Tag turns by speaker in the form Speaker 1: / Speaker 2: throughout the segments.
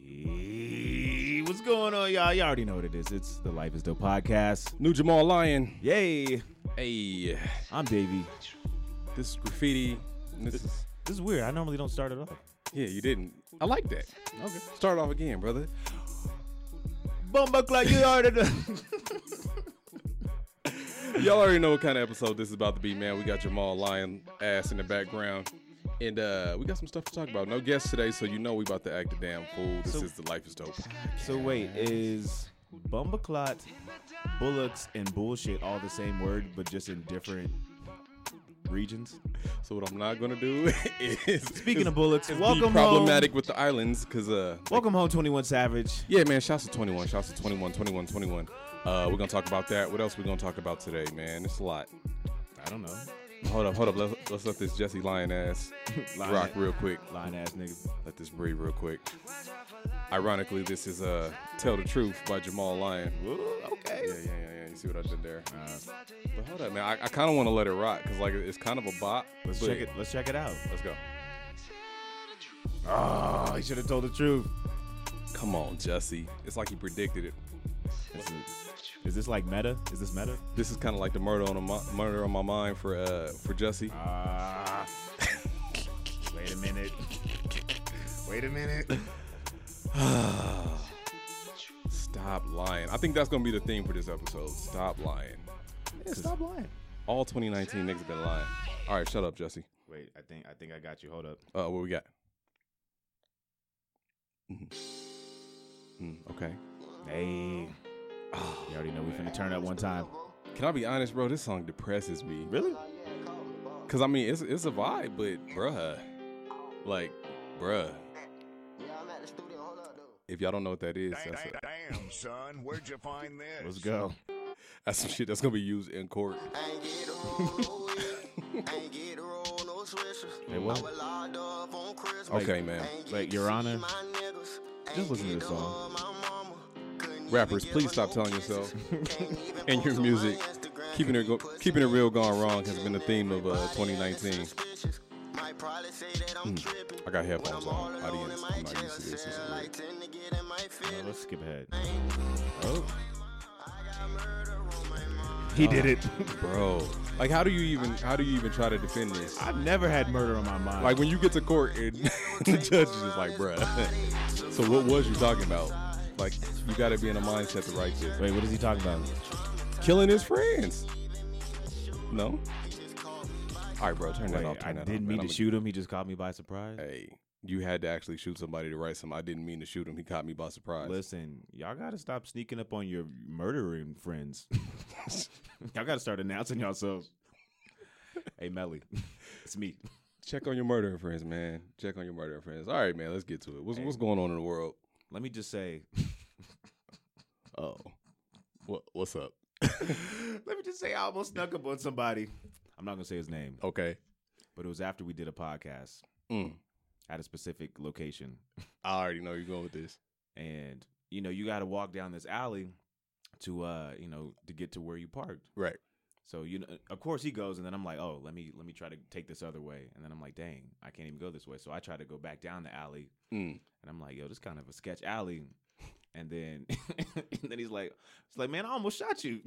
Speaker 1: Hey, what's going on, y'all? Y'all already know what it is. It's the Life is Dope podcast.
Speaker 2: New Jamal Lion.
Speaker 1: Yay!
Speaker 2: Hey,
Speaker 1: I'm Davey.
Speaker 2: this is graffiti. and This is
Speaker 1: This is weird. I normally don't start it off.
Speaker 2: yeah, you didn't. I like that. Okay, start off again, brother.
Speaker 1: Bumba clock, you already know.
Speaker 2: Y'all already know what kind of episode this is about to be, man. We got Jamal Lion ass in the background, and uh we got some stuff to talk about. No guests today, so you know we about to act a damn fool. This
Speaker 1: So-
Speaker 2: is the Life is Dope.
Speaker 1: so wait, is Bumba clot, bullocks, and bullshit all the same word, but just in different regions?
Speaker 2: So what I'm not gonna do is
Speaker 1: Speaking
Speaker 2: is-
Speaker 1: of bullocks,
Speaker 2: is be
Speaker 1: welcome
Speaker 2: problematic with the islands, cause uh
Speaker 1: home. Welcome home, Twenty One Savage.
Speaker 2: Yeah, man. Shouts to 21. Shouts to 21, 21, 21. Uh, we're gonna talk about that. What else we gonna talk about today, man? It's a lot.
Speaker 1: I don't know,
Speaker 2: Hold up, hold up. Let's, let's let this Jesse Lion ass
Speaker 1: Lion.
Speaker 2: rock real quick.
Speaker 1: lying ass niggas.
Speaker 2: Let this breathe real quick. Ironically, this is uh, "Tell the Truth" by Jamal Lion.
Speaker 1: okay. Uh,
Speaker 2: Yeah, yeah, yeah, yeah. You see what I did there? But hold up, man. I, I kind of want to let it rock because like it's kind of a bop.
Speaker 1: Let's
Speaker 2: but-
Speaker 1: check it. Let's check it out.
Speaker 2: Let's go.
Speaker 1: Oh, he should have told the truth.
Speaker 2: Come on, Jesse. It's like he predicted it.
Speaker 1: Is, it- is this like meta? Is this meta?
Speaker 2: This is kind of like the murder on a mi- murder on my mind for uh for Jesse.
Speaker 1: Ah. wait a minute. Wait a minute.
Speaker 2: Stop lying. I think that's gonna be the theme for this episode. Stop lying.
Speaker 1: stop lying.
Speaker 2: All 2019 niggas been lying. All right, shut up, Jesse.
Speaker 1: Wait, I think I think I got you. Hold up.
Speaker 2: Uh, what we got? Mhm. Mm, okay.
Speaker 1: Hey. You already know we finna turn up one time.
Speaker 2: Can I be honest, bro? This song depresses me.
Speaker 1: Really?
Speaker 2: Cause I mean, it's it's a vibe, but bruh, like, bruh. If y'all don't know what that is, that's,
Speaker 3: Damn, damn, son, where'd you find this?
Speaker 1: Let's go.
Speaker 2: that's some shit that's gonna be used in court.
Speaker 4: Ain't get the roll no weed. Ain't get the roll no swishers.
Speaker 1: Hey, what?
Speaker 4: I was locked up on Christmas.
Speaker 2: Okay, man.
Speaker 4: Ain't get
Speaker 1: Like
Speaker 4: to
Speaker 1: Your
Speaker 4: see
Speaker 1: Honor.
Speaker 4: my niggas.
Speaker 1: Just
Speaker 4: Ain't
Speaker 1: listen to
Speaker 4: get
Speaker 1: this
Speaker 4: to
Speaker 1: song.
Speaker 4: hug my mama. Couldn't
Speaker 2: Rappers,
Speaker 4: even give
Speaker 2: please
Speaker 4: her
Speaker 2: stop
Speaker 4: no
Speaker 2: telling
Speaker 4: kisses.
Speaker 2: yourself
Speaker 4: Can't even
Speaker 2: and your
Speaker 4: post on my
Speaker 2: music.
Speaker 4: Instagram.
Speaker 2: Keeping it go- keeping it real gone wrong has been the theme of uh,
Speaker 4: Everybody acting
Speaker 2: 2019.
Speaker 4: suspicious. Might probably say that I'm tripping.
Speaker 2: I got
Speaker 4: When
Speaker 2: headphones
Speaker 4: I'm all
Speaker 2: on.
Speaker 4: alone
Speaker 2: Audience,
Speaker 4: in
Speaker 2: I'm
Speaker 4: my
Speaker 2: not
Speaker 4: jail
Speaker 2: used to this. This is
Speaker 4: cell, I
Speaker 2: weird.
Speaker 4: tend to get in my
Speaker 1: Uh,
Speaker 4: feelings.
Speaker 1: let's skip ahead. Oh.
Speaker 3: He did
Speaker 1: Oh.
Speaker 3: it.
Speaker 2: bro. Like, how do you even how do you even try to defend this?
Speaker 1: I've never had murder on my mind.
Speaker 2: Like when you get to court and the judge is just like, bruh. So what was you talking about? Like you gotta be in a mindset to write this.
Speaker 1: wait, what is he talking about?
Speaker 2: Killing his friends. No? Alright, bro, turn that
Speaker 1: Wait,
Speaker 2: off.
Speaker 1: I
Speaker 2: Turn that
Speaker 1: didn't
Speaker 2: off, man.
Speaker 1: mean
Speaker 2: I'm
Speaker 1: to
Speaker 2: a-
Speaker 1: shoot him. He just caught me by surprise.
Speaker 2: Hey, you had to actually shoot somebody to write some I didn't mean to shoot him. He caught me by surprise.
Speaker 1: Listen, y'all gotta stop sneaking up on your murdering friends. y'all gotta start announcing yourselves. Hey Melly, it's me.
Speaker 2: Check on your murdering friends, man. Check on your murdering friends. All right, man, let's get to it. What's what's going on in the world?
Speaker 1: Let me just say,
Speaker 2: Oh. What what's up?
Speaker 1: let me just say, I almost snuck up on somebody. I'm not gonna say his name,
Speaker 2: Okay.
Speaker 1: but it was after we did a podcast
Speaker 2: Mm.
Speaker 1: at a specific location,
Speaker 2: I already know where you're going with this.
Speaker 1: and you know you got to walk down this alley to uh you know to get to where you parked.
Speaker 2: Right.
Speaker 1: So you know, of course he goes, and then I'm like, oh, let me let me try to take this other way, and then I'm like, dang, I can't even go this way. So I try to go back down the alley,
Speaker 2: Mm.
Speaker 1: and I'm like, yo, this kind of a sketch alley. And then, and then he's like, he's like, man, I almost shot you.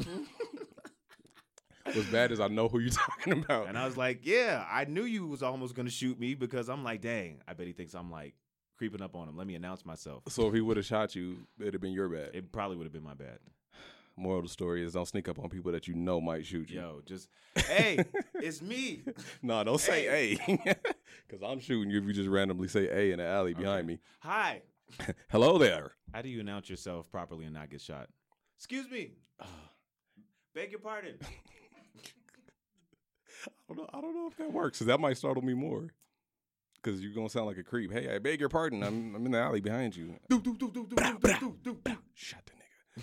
Speaker 2: What's bad is I know who you're talking about.
Speaker 1: And I was like, yeah, I knew you was almost gonna shoot me because I'm like, dang, I bet he thinks I'm like creeping up on him. Let me announce myself.
Speaker 2: So if he would have shot you, it'd have been your bad.
Speaker 1: It probably would have been my bad.
Speaker 2: Moral of the story is don't sneak up on people that you know might shoot you.
Speaker 1: Yo, just hey, it's me.
Speaker 2: No, don't say A. Because I'm shooting you if you just randomly say A in the alley behind me.
Speaker 1: Hi.
Speaker 2: Hello there.
Speaker 1: How do you announce yourself properly and not get shot? Excuse me. Beg your pardon.
Speaker 2: I don't know, I don't know if that works because that might startle me more. because you're gonna sound like a creep. Hey, I beg your pardon. I'm I'm in the alley behind you. Shut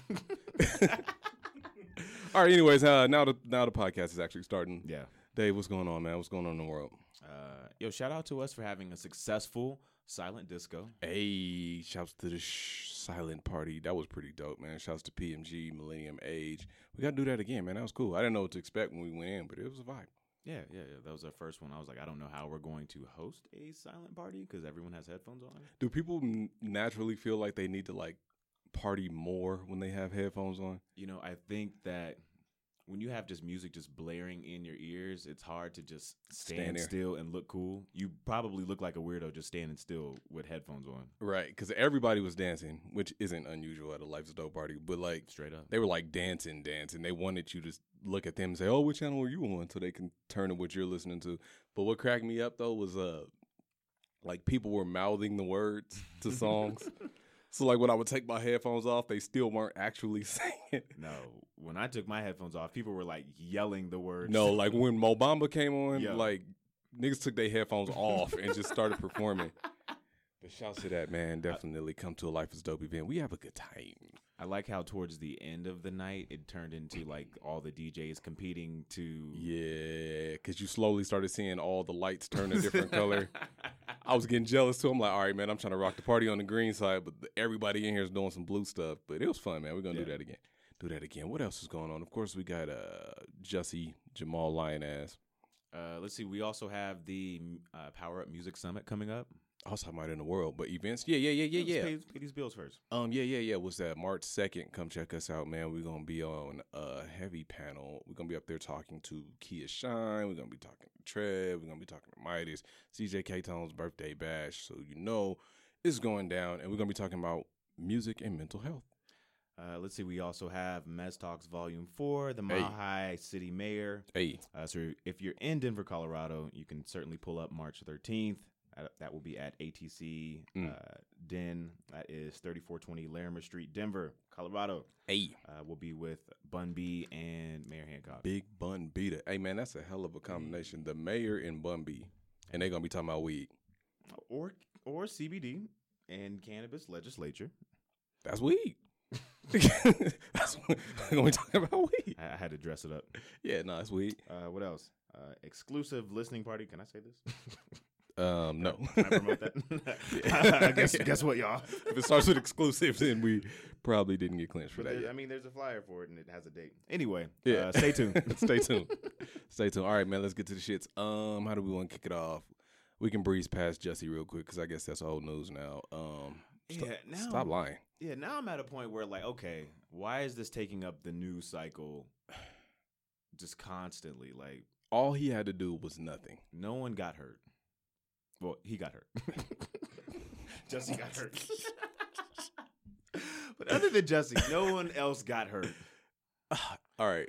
Speaker 2: the nigga. All right. Anyways, uh, now the now the podcast is actually starting.
Speaker 1: Yeah.
Speaker 2: Dave, what's going on, man? What's going on in the world?
Speaker 1: Uh, yo, shout out to us for having a successful silent disco.
Speaker 2: Hey, shouts to the sh- silent party. That was pretty dope, man. Shouts to PMG, Millennium Age. We gotta do that again, man. That was cool. I didn't know what to expect when we went in, but it was a vibe.
Speaker 1: Yeah, yeah, yeah. That was our first one. I was like, I don't know how we're going to host a silent party because everyone has headphones on.
Speaker 2: Do people n- naturally feel like they need to like party more when they have headphones on?
Speaker 1: You know, I think that when you have just music just blaring in your ears, it's hard to just stand,
Speaker 2: Stand there.
Speaker 1: still and look cool. You probably look like a weirdo just standing still with headphones on,
Speaker 2: Right, because everybody was dancing, which isn't unusual at a Life's a Dope party. But like,
Speaker 1: straight up.
Speaker 2: they were like dancing, dancing. They wanted you to s- look at them and say, "Oh, what channel are you on?" So they can turn to what you're listening to. But what cracked me up though was uh, like people were mouthing the words to songs. so like when I would take my headphones off, they still weren't actually singing.
Speaker 1: No, when I took my headphones off, people were like yelling the words.
Speaker 2: No, like when Mo Bamba came on,
Speaker 1: Yeah.
Speaker 2: like niggas took their headphones off and just started performing. But shouts to that man, definitely come to a Life is Dope event. We have a good time.
Speaker 1: I like how towards the end of the night it turned into like all the DJs competing to Mm.
Speaker 2: Yeah, because you slowly started seeing all the lights turn a different color. I was getting jealous too. I'm like, all right, man, I'm trying to rock the party on the green side, but everybody in here is doing some blue stuff. But it was fun, man. We're gonna do
Speaker 1: Yeah.
Speaker 2: that again. Do that again. What else is going on? Of course, we got uh Jussie Jamal Lion ass.
Speaker 1: Uh, let's see. We also have the uh, Power Up Music Summit coming up.
Speaker 2: Also, I'm out in the world, but events. Yeah, yeah, yeah, yeah,
Speaker 1: Let's
Speaker 2: yeah.
Speaker 1: Pay, pay these bills first.
Speaker 2: Um, yeah, yeah, yeah. What's that? March second. Come check us out, man. We're gonna be on a heavy panel. We're gonna be up there talking to Kia Shine. We're gonna be talking to Trev. We're gonna be talking to Midas. CJ K Tone's birthday bash. So you know it's going down, and we're gonna be talking about music and mental health.
Speaker 1: Uh, let's see. We also have Mez Talks Volume Four, the Mile
Speaker 2: Hey.
Speaker 1: High City Mayor.
Speaker 2: Hey,
Speaker 1: Uh, so if you're in Denver, Colorado, you can certainly pull up March 13th. Uh, That will be at ATC
Speaker 2: Mm.
Speaker 1: uh, Den. That is 3420 Larimer Street, Denver, Colorado.
Speaker 2: hey,
Speaker 1: Uh, we'll be with Bun B and Mayor Hancock.
Speaker 2: Big Bun Beater. Hey, man, that's a hell of a combination. The mayor and Bun B, and they're gonna be talking about weed.
Speaker 1: Or, or CBD and cannabis legislature.
Speaker 2: That's weed. that's what they're gonna be talking about weed.
Speaker 1: I, I had to dress it up.
Speaker 2: Yeah, no, it's weed.
Speaker 1: Uh, what else? Uh, exclusive listening party. Can I say this?
Speaker 2: Um, no.
Speaker 1: Can I promote that? guess, guess what, y'all?
Speaker 2: if it starts with exclusive, then we probably didn't get clinched for
Speaker 1: But
Speaker 2: that
Speaker 1: there-
Speaker 2: yet.
Speaker 1: I mean, there's a flyer for it, and it has a date. Anyway,
Speaker 2: Yeah.
Speaker 1: uh, stay tuned.
Speaker 2: Stay tuned. Stay tuned. All right, man, let's get to the shits. Um, how do we want to kick it off? We can breeze past Jesse real quick because I guess that's old news now. Um,
Speaker 1: Yeah, now,
Speaker 2: stop lying.
Speaker 1: Yeah, now I'm at a point where like, okay, why is this taking up the news cycle just constantly? Like,
Speaker 2: All he had to do was nothing.
Speaker 1: no one got hurt. Well, he got hurt. Jesse got hurt. but other than Jesse, no one else got hurt.
Speaker 2: All right,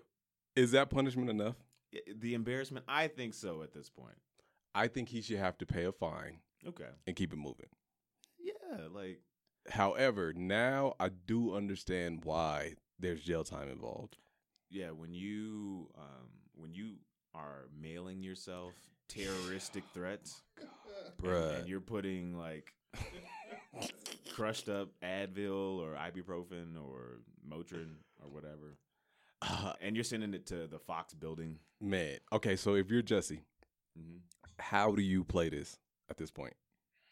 Speaker 2: is that punishment enough?
Speaker 1: I- The embarrassment, I think so at this point.
Speaker 2: I think he should have to pay a fine
Speaker 1: Okay.
Speaker 2: and keep it moving.
Speaker 1: Yeah, like
Speaker 2: However, now I do understand why there's jail time involved.
Speaker 1: yeah, when you um when you are mailing yourself terroristic threats, and-
Speaker 2: Bruh.
Speaker 1: and you're putting like crushed up Advil or ibuprofen or Motrin or whatever, and you're sending it to the Fox building.
Speaker 2: Man, okay, so if you're Jesse,
Speaker 1: Mhm.
Speaker 2: how do you play this at this point?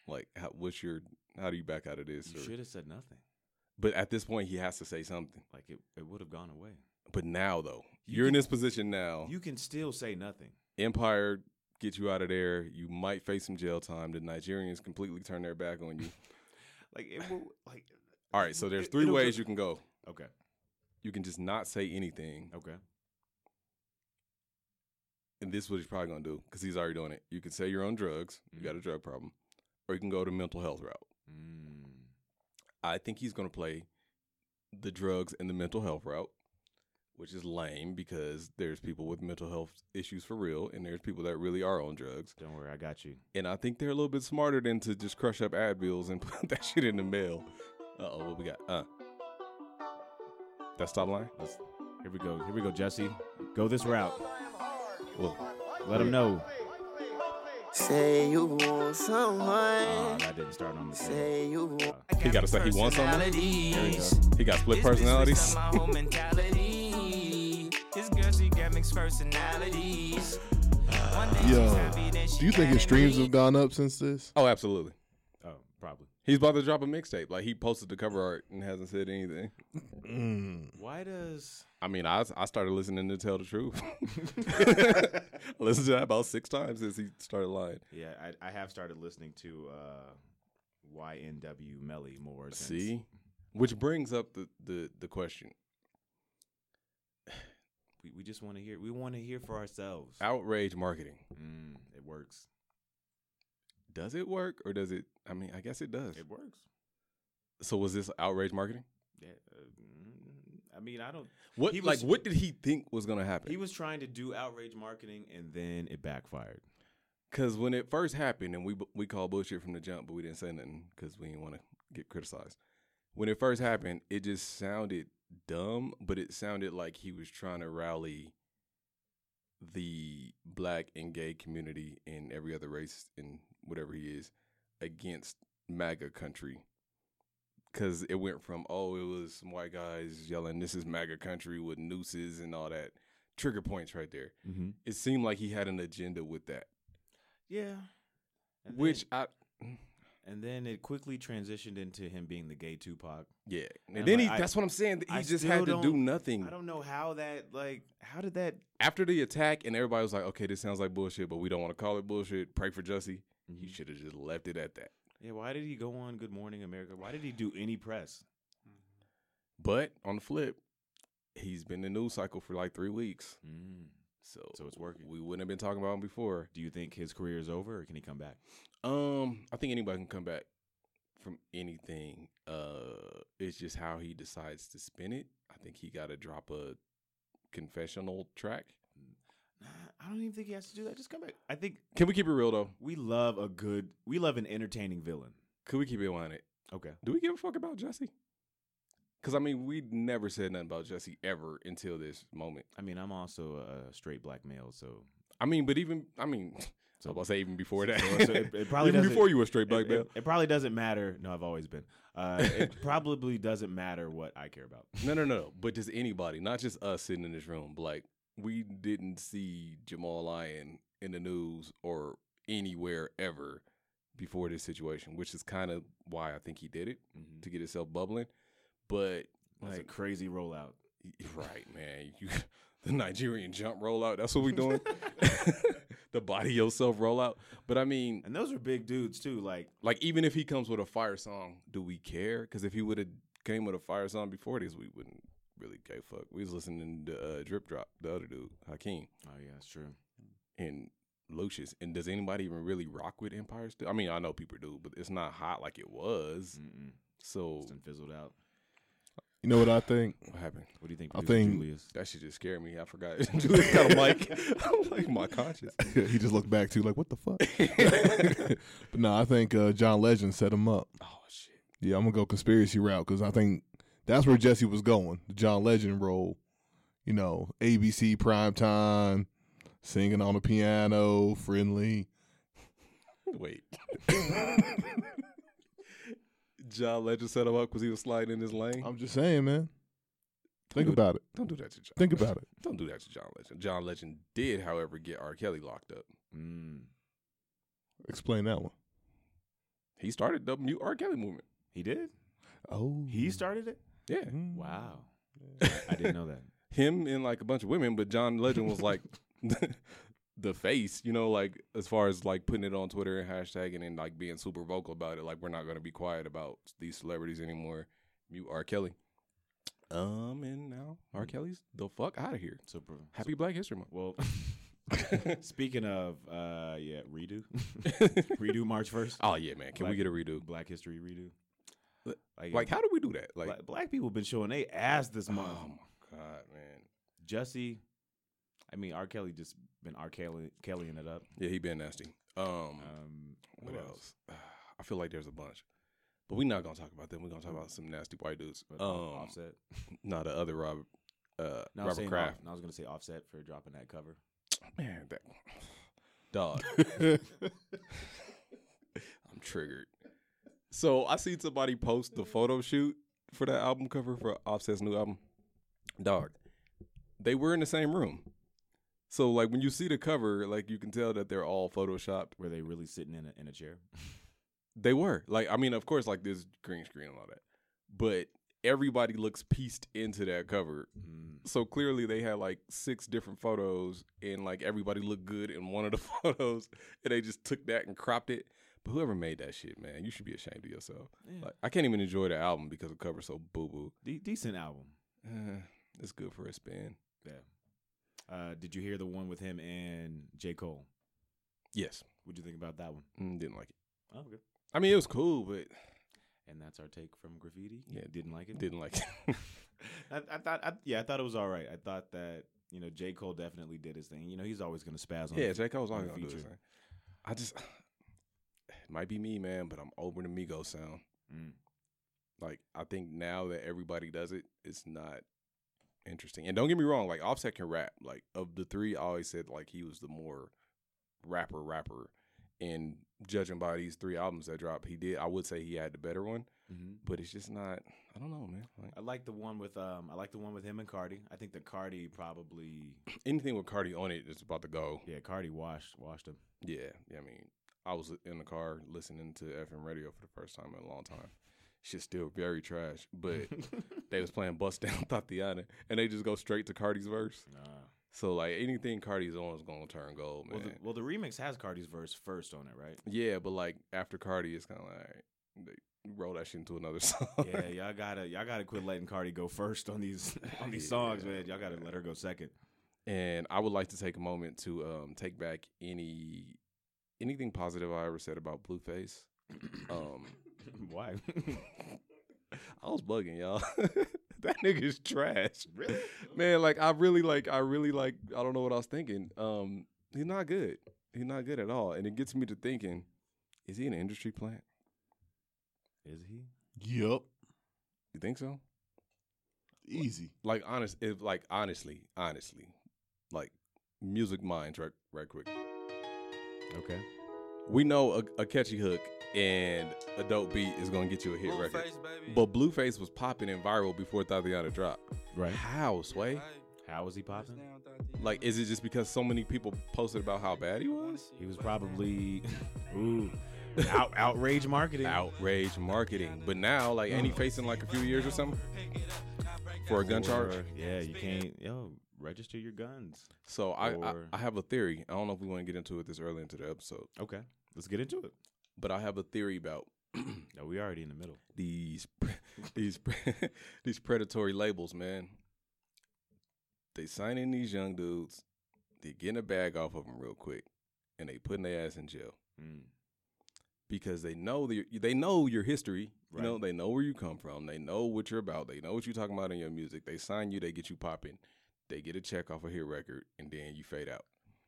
Speaker 2: Like, how, what's your how do you back out of this?
Speaker 1: You
Speaker 2: or-
Speaker 1: should have said nothing.
Speaker 2: but at this point, he has to say something.
Speaker 1: Like it, it would have gone away.
Speaker 2: But now, though,
Speaker 1: You
Speaker 2: you are in
Speaker 1: can-
Speaker 2: this position now.
Speaker 1: You can still say nothing.
Speaker 2: Empire get you out of there. You might face some jail time. The Nigerians completely turn their back on you.
Speaker 1: Like it will. Like
Speaker 2: All right, so there's
Speaker 1: It-
Speaker 2: 3
Speaker 1: it'll
Speaker 2: ways
Speaker 1: just-
Speaker 2: you can go.
Speaker 1: okay,
Speaker 2: You can just not say anything,
Speaker 1: okay,
Speaker 2: and this is what he's probably gonna do because he's already doing it. You can say you're on drugs. You
Speaker 5: Mm-hmm.
Speaker 2: got a drug problem, or you can go to mental health route.
Speaker 1: mm.
Speaker 2: I think he's going to play the drugs and the mental health route, which is lame because there's people with mental health issues for real, and there's people that really are on drugs.
Speaker 1: don't worry, I got you.
Speaker 2: And I think they're a little bit smarter than to just crush up Advils and put that shit in the mail. Uh oh, what we got? Uh. That stop line?
Speaker 1: Let's, here we go. Here we go, Jesse. Go this route.
Speaker 2: Well,
Speaker 1: Let him know.
Speaker 4: Say you want
Speaker 1: Uh,
Speaker 4: someone.
Speaker 1: that didn't start on the thing.
Speaker 4: Say you want.
Speaker 2: He got to say he wants something.
Speaker 5: personalities.
Speaker 2: He got split
Speaker 5: This bitch
Speaker 2: personalities.
Speaker 5: got my whole mentality. This girl, she got mixed personalities. One day she's
Speaker 6: Yo,
Speaker 5: happy, then she
Speaker 6: do you think
Speaker 5: mad
Speaker 6: his
Speaker 5: at
Speaker 6: streams
Speaker 5: me.
Speaker 6: have gone up since this?
Speaker 2: Oh, absolutely.
Speaker 1: Oh, probably.
Speaker 2: He's about to drop a mixtape. Like he posted the cover art and hasn't said anything.
Speaker 1: Why does
Speaker 2: I mean, I I started listening to Tell the Truth. Listen to that about six times since he started lying.
Speaker 1: Yeah, I, I have started listening to uh, YNW Melly more. Since.
Speaker 2: See, which brings up the the, the question:
Speaker 1: we, we just want to hear. We want to hear for ourselves.
Speaker 2: outrage marketing.
Speaker 1: Mm, it works.
Speaker 2: Does it work, or does it? I mean, I guess it does.
Speaker 1: It works.
Speaker 2: So was this outrage marketing?
Speaker 1: Yeah. uh, mm, I mean, I don't.
Speaker 2: What
Speaker 1: He
Speaker 2: like
Speaker 1: was-
Speaker 2: what did he think was gonna happen?
Speaker 1: He was trying to do outrage marketing, and then it backfired.
Speaker 2: Because when it first happened, and we bu- we called bullshit from the jump, but we didn't say nothing because we didn't want to get criticized. When it first happened, it just sounded dumb, but it sounded like he was trying to rally the black and gay community and every other race and whatever he is against MAGA country. Because it went from, oh, it was some white guys yelling, this is MAGA country with nooses and all that. Trigger points right there.
Speaker 1: Mm-hmm.
Speaker 2: It seemed like he had an agenda with that
Speaker 1: Yeah. And
Speaker 2: which
Speaker 1: then,
Speaker 2: I
Speaker 1: and then it quickly transitioned into him being the gay Tupac.
Speaker 2: yeah. And,
Speaker 1: I'm
Speaker 2: then
Speaker 1: like,
Speaker 2: he
Speaker 1: I-
Speaker 2: that's what I'm saying. He
Speaker 1: I
Speaker 2: just
Speaker 1: still
Speaker 2: had to do
Speaker 1: don't-
Speaker 2: nothing
Speaker 1: I don't know how that like how did that
Speaker 2: after the attack, and everybody was like, "Okay, this sounds like bullshit, but we don't want to call it bullshit." Pray for Jussie.
Speaker 1: Mm-hmm.
Speaker 2: He should have just left it at that.
Speaker 1: yeah why did he go on Good Morning America why did he do any press
Speaker 2: But on the flip, he's been in the news cycle for like three weeks,
Speaker 1: mm.
Speaker 2: so
Speaker 1: So it's working.
Speaker 2: We wouldn't have been talking about him before.
Speaker 1: do you think his career is over or can he come back
Speaker 2: Um, I think anybody can come back from anything. Uh, it's just how he decides to spin it. I think he got to drop a confessional track.
Speaker 1: Nah, I don't even think he has to do that just come back I think
Speaker 2: Can we keep it real though?
Speaker 1: we love a good we love an entertaining villain
Speaker 2: Could we keep it on it?
Speaker 1: okay
Speaker 2: Do we give a fuck about Jesse? Because I mean, we never said nothing about Jesse ever until this moment.
Speaker 1: I mean I'm also a straight black male so
Speaker 2: I mean, but even I mean, so I was about to say even before that,
Speaker 1: so- so it- it probably
Speaker 2: even
Speaker 1: doesn't-
Speaker 2: before you were straight black
Speaker 1: it,
Speaker 2: male.
Speaker 1: it- it probably doesn't matter no I've always been uh, it probably doesn't matter what I care about
Speaker 2: No, no, no. But just anybody, not just us sitting in this room. but, Like we didn't see Jamal Lyon in the news or anywhere ever before this situation, which is kind of why I think he did it to get himself bubbling. But
Speaker 1: that's a
Speaker 2: like,
Speaker 1: crazy rollout
Speaker 2: Right, man. You the Nigerian jump rollout. That's what we doing. the body yourself rollout. But I mean,
Speaker 1: and those are big dudes too like
Speaker 2: like even if he comes with a fire song, do we care? Because if he would have came with a fire song before this, we wouldn't really give a fuck. We was listening to uh, Drip Drop, the other dude, Hakeem
Speaker 1: oh yeah that's true
Speaker 2: and Lucius. And does anybody even really rock with Empire still? I mean, I know people do, but it's not hot like it was.
Speaker 1: Mm-mm.
Speaker 2: So
Speaker 1: Mm. It's done fizzled out.
Speaker 6: You know what I think?
Speaker 2: what happened?
Speaker 1: What do you think?
Speaker 6: I
Speaker 1: producer
Speaker 6: think-
Speaker 1: Julius.
Speaker 2: That shit just scared me. I forgot. Julius got a mic. I'm like my conscience.
Speaker 6: he just looked back to you like, what the fuck? but no, I think uh, John Legend set him up.
Speaker 2: Oh shit.
Speaker 6: Yeah, I'm gonna go conspiracy route because I think that's where Jesse was going. The John Legend role, you know, ABC prime time, singing on the piano, friendly.
Speaker 2: Wait. John Legend set him up because he was sliding in his lane.
Speaker 6: I'm just saying, man. Think
Speaker 2: do
Speaker 6: about it.
Speaker 2: Don't do that to John.
Speaker 6: Think
Speaker 2: Legend.
Speaker 6: about it.
Speaker 2: Don't do that to John Legend. John Legend did, however, get R. Kelly locked up.
Speaker 1: Mm.
Speaker 6: Explain that one.
Speaker 2: He started the mute R. Kelly movement.
Speaker 1: He did.
Speaker 6: Oh, Mm.
Speaker 1: He started it.
Speaker 2: Yeah.
Speaker 6: Mm-hmm.
Speaker 1: Wow. I didn't know that.
Speaker 2: Him and like a bunch of women, but John Legend was like the face, you know, like as far as like putting it on Twitter and hashtagging and like being super vocal about it. Like we're not gonna be quiet about these celebrities anymore. Mute R. Kelly. Um, and now R. Kelly's the fuck out of here.
Speaker 1: So pro-
Speaker 2: Happy Black History Month.
Speaker 1: Well, speaking of, uh, yeah, redo, redo March first.
Speaker 2: Oh yeah, man. Can we
Speaker 1: Black-
Speaker 2: get a redo?
Speaker 1: Black History redo.
Speaker 2: Like, how do we do that?
Speaker 1: Bla-
Speaker 2: Like,
Speaker 1: black, people been showing they ass this month.
Speaker 2: oh my god, man.
Speaker 1: Jussie, I mean R. Kelly just been R. Kelly Kellying it up.
Speaker 2: Yeah, he been nasty. Um,
Speaker 1: Um,
Speaker 2: what else? I feel like there's a bunch, but we're not gonna talk about them. We're gonna talk about some nasty white dudes.
Speaker 1: Mm. But uh,
Speaker 2: Um,
Speaker 1: offset.
Speaker 2: not the other Robert, uh,
Speaker 1: No, I was
Speaker 2: Robert
Speaker 1: saying
Speaker 2: Kraft.
Speaker 1: Off- no, I was gonna say Offset for dropping that cover.
Speaker 2: Man, that dog. I'm triggered. So I seen somebody post the photo shoot for that album cover for Offset's new album. Dog, they were in the same room. So like when you see the cover, like you can tell that they're all photoshopped.
Speaker 1: Were they really sitting in a, in a chair?
Speaker 2: They were like, I mean, of course, like there's green screen and all that, but everybody looks pieced into that cover.
Speaker 1: Mm.
Speaker 2: So clearly, they had like six different photos, and like everybody looked good in one of the photos, and they just took that and cropped it. But whoever made that shit, man, you should be ashamed of yourself. Like, I can't even enjoy the album because the cover's so boo boo.
Speaker 1: De- decent album.
Speaker 2: Uh, it's good for a spin.
Speaker 1: Yeah. Uh, did you hear the one with him and J. Cole?
Speaker 2: Yes,
Speaker 1: What'd you think about that one?
Speaker 2: Mm, didn't like it.
Speaker 1: Oh, good.
Speaker 2: I mean, it was cool, but
Speaker 1: And that's our take from Graffiti.
Speaker 2: Yeah.
Speaker 1: didn't like it.
Speaker 2: didn't like it.
Speaker 1: I, I thought, I, yeah, I thought it was all right. I thought that you know J. Cole definitely did his thing. You know, he's always gonna spaz on.
Speaker 2: yeah,
Speaker 1: his-
Speaker 2: J. Cole's
Speaker 1: on
Speaker 2: always
Speaker 1: the
Speaker 2: gonna do his
Speaker 1: feature.
Speaker 2: thing. I just it might be me, man, but I'm over the Migos sound.
Speaker 1: Mm.
Speaker 2: Like I think now that everybody does it, it's not interesting. And don't get me wrong, like Offset can rap. Like of the three, I always said like he was the more rapper rapper. And judging by these three albums that dropped, he did. I would say he had the better one,
Speaker 1: Mhm.
Speaker 2: but it's just not. I don't know, man. Like,
Speaker 1: I like the one with um, I like the one with him and Cardi. I think the Cardi probably,
Speaker 2: anything with Cardi on it is about to go.
Speaker 1: yeah, Cardi washed washed him.
Speaker 2: Yeah, yeah, I mean, I was in the car listening to FM radio for the first time in a long time. Shit's still very trash, but they was playing Bust Down Tatiana, and they just go straight to Cardi's verse.
Speaker 1: Nah.
Speaker 2: So like anything Cardi's on is gonna turn gold,
Speaker 1: Well
Speaker 2: man.
Speaker 1: the, well, the remix has Cardi's verse first on it, right?
Speaker 2: yeah, but like after Cardi, it's kind of like they roll that shit into another song.
Speaker 1: yeah, y'all gotta y'all gotta quit letting Cardi go first on these on these songs, man. Y'all gotta let her go second.
Speaker 2: And I would like to take a moment to um, take back any anything positive I ever said about Blueface. Um,
Speaker 1: Why?
Speaker 2: I was bugging y'all. that nigga's trash. Really? Man, like I really like I really like I don't know what I was thinking. Um he's not good. He's not good at all. And it gets me to thinking, is he an industry plant?
Speaker 1: Is he?
Speaker 6: Yep.
Speaker 2: You think so?
Speaker 6: Easy.
Speaker 2: Like honest if like honestly, honestly. Like music minds right right quick.
Speaker 1: Okay.
Speaker 2: We know a, a catchy hook and a dope beat is gonna get you a hit record. But Blueface was popping and viral before Tatiana dropped.
Speaker 1: Right.
Speaker 2: How, Sway?
Speaker 1: How was he popping?
Speaker 2: Like, is it just because so many people posted about how bad he was?
Speaker 1: He was probably ooh out, outrage marketing.
Speaker 2: Outrage marketing. But now, like, ain't he facing like a few years or something for a gun charge?
Speaker 1: Or- Yeah, you can't. Yo, register your guns.
Speaker 2: So I, I,
Speaker 1: or-
Speaker 2: I have a theory. I don't know if we want to get into it this early into the episode,
Speaker 1: Okay, let's get into it.
Speaker 2: but I have a theory about
Speaker 1: No, we already in the middle.
Speaker 2: these pre- these pre- these predatory labels, man. They sign in these young dudes. They getting a bag off of them real quick, and they putting their ass in jail.
Speaker 1: Mm.
Speaker 2: because they know the, they know your history.
Speaker 1: Right.
Speaker 2: You know, they know where you come from. They know what you're about. They know what you're talking about in your music. They sign you. They get you popping. They get a check off a hit record, and then you fade out.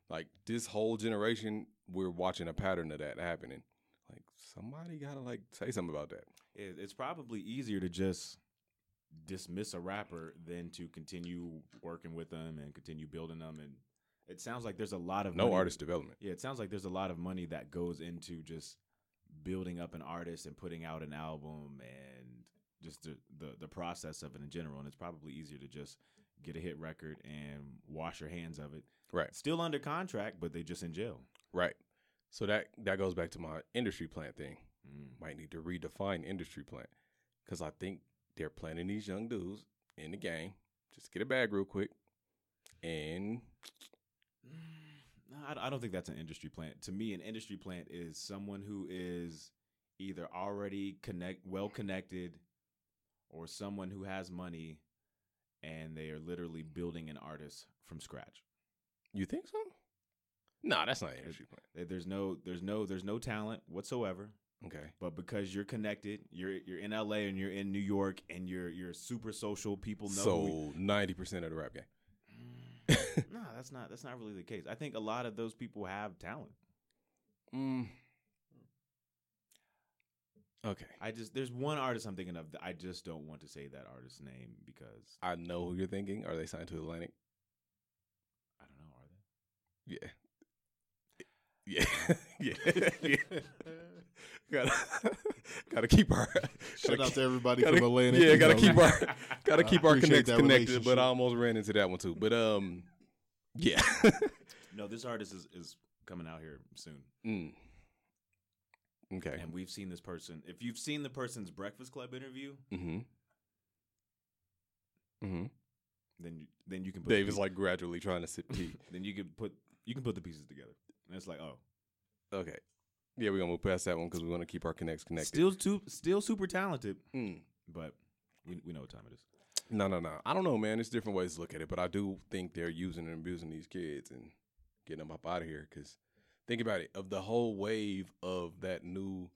Speaker 2: Like this whole generation, we're watching a pattern of that happening. Like somebody gotta like say something about that.
Speaker 1: It, it's probably easier to just dismiss a rapper than to continue working with them and continue building them. And it sounds like there's a lot of
Speaker 2: No
Speaker 1: money-
Speaker 2: artist development.
Speaker 1: Yeah, it sounds like there's a lot of money that goes into just building up an artist and putting out an album and just the the, the process of it in general. And it's probably easier to just get a hit record and wash your hands of it.
Speaker 2: Right.
Speaker 1: Still under contract, but they just in jail.
Speaker 2: Right. So that that goes back to my industry plant thing.
Speaker 1: Mm.
Speaker 2: might need to redefine industry plan because I think they're planting these young dudes in the game. Just get a bag real quick, and
Speaker 1: No, I, I don't think that's an industry plant. To me, an industry plant is someone who is either already connect well connected, or someone who has money, and they are literally building an artist from scratch.
Speaker 2: you think so? Nah, that's not an industry plan.
Speaker 1: There- There's no, there's no, there's no talent whatsoever.
Speaker 2: Okay,
Speaker 1: But because you're connected, you're you're in LA and you're in New York and you're you're super social. People know. who you-
Speaker 2: so ninety percent of the rap game.
Speaker 1: no, that's not that's not really the case. I think a lot of those people have talent.
Speaker 2: Mm. Okay,
Speaker 1: I just there's one artist I'm thinking of. That I just don't want to say that artist's name because
Speaker 2: I know who you're thinking. Are they signed to Atlantic?
Speaker 1: I don't know. Are they?
Speaker 2: Yeah, Yeah, yeah, yeah. gotta, gotta keep our
Speaker 6: Shout
Speaker 2: gotta
Speaker 6: out
Speaker 2: keep-
Speaker 6: to everybody
Speaker 2: gotta-
Speaker 6: from Atlanta.
Speaker 2: Yeah,
Speaker 6: you
Speaker 2: gotta
Speaker 6: know.
Speaker 2: keep our gotta
Speaker 6: I
Speaker 1: Uh,
Speaker 2: keep our
Speaker 6: appreciate
Speaker 2: connects
Speaker 6: that
Speaker 2: connected. But I
Speaker 6: relationship.
Speaker 2: almost ran into that one too. But um, yeah.
Speaker 1: No, this artist is, is coming out here soon.
Speaker 2: Mm. Okay.
Speaker 1: And we've seen this person. If you've seen the person's Breakfast Club interview,
Speaker 2: Mm-hmm. Mm-hmm.
Speaker 1: then you, then you can put the
Speaker 2: Dave is
Speaker 1: piece-
Speaker 2: like gradually trying to sit pee.
Speaker 1: then you can put you can put the pieces together. And it's like, oh,
Speaker 2: Okay. Yeah, we're gonna move past that one because we want to keep our connects connected.
Speaker 1: still too, still super talented,
Speaker 2: Mm.
Speaker 1: but we, we know what time it is.
Speaker 2: No, no, no. I don't know, man. There's different ways to look at it, but I do think they're using and abusing these kids and getting them up out of here. Because think about it, of the whole wave of that new,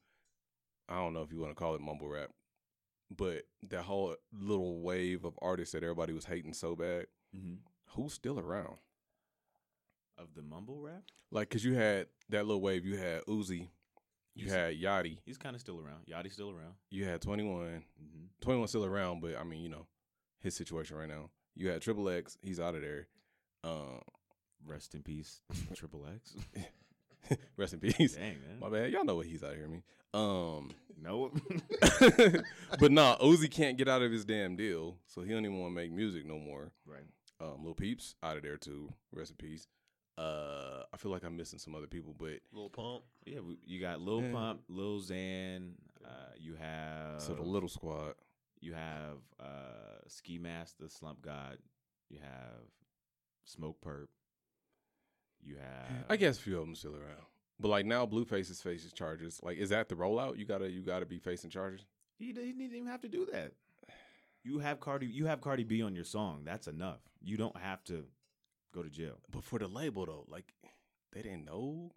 Speaker 2: I don't know if you want to call it mumble rap, but that whole little wave of artists that everybody was hating so bad,
Speaker 1: Mm-hmm.
Speaker 2: who's still around?
Speaker 1: Of the mumble rap,
Speaker 2: Like, cause you had that little wave. You had Uzi, you
Speaker 1: He's-
Speaker 2: had Yachty,
Speaker 1: he's kind of still around. Yachty's still around.
Speaker 2: you had Twenty One.
Speaker 1: Mm-hmm.
Speaker 2: 21 still around, but I mean, you know, his situation right now. You had Triple X, he's out of there. Um,
Speaker 1: Rest in peace, Triple X.
Speaker 2: rest in peace.
Speaker 1: Dang
Speaker 2: My
Speaker 1: man,
Speaker 2: bad, y'all know what he's out of here mean. Um,
Speaker 1: no.
Speaker 2: but nah, Uzi can't get out of his damn deal, so he don't even want to make music no more.
Speaker 1: right.
Speaker 2: Um, Lil Peeps out of there too. Rest in peace. Uh, I feel like I'm missing some other people, but
Speaker 6: Little pump.
Speaker 1: Yeah, we, you got Lil
Speaker 2: Yeah.
Speaker 1: Pump, Lil Xan. Uh, you have
Speaker 2: so the little squad.
Speaker 1: you have uh, Ski Mask, the Slump God. You have Smoke Perp. You have
Speaker 2: I guess a few of them still around, but like now, Blueface's faces charges. Like, is that the rollout? You gotta, you gotta be facing charges.
Speaker 1: He, d- he didn't even have to do that. You have Cardi. You have Cardi B on your song. That's enough. You don't have to go to jail.
Speaker 2: But for the label though, like they didn't know.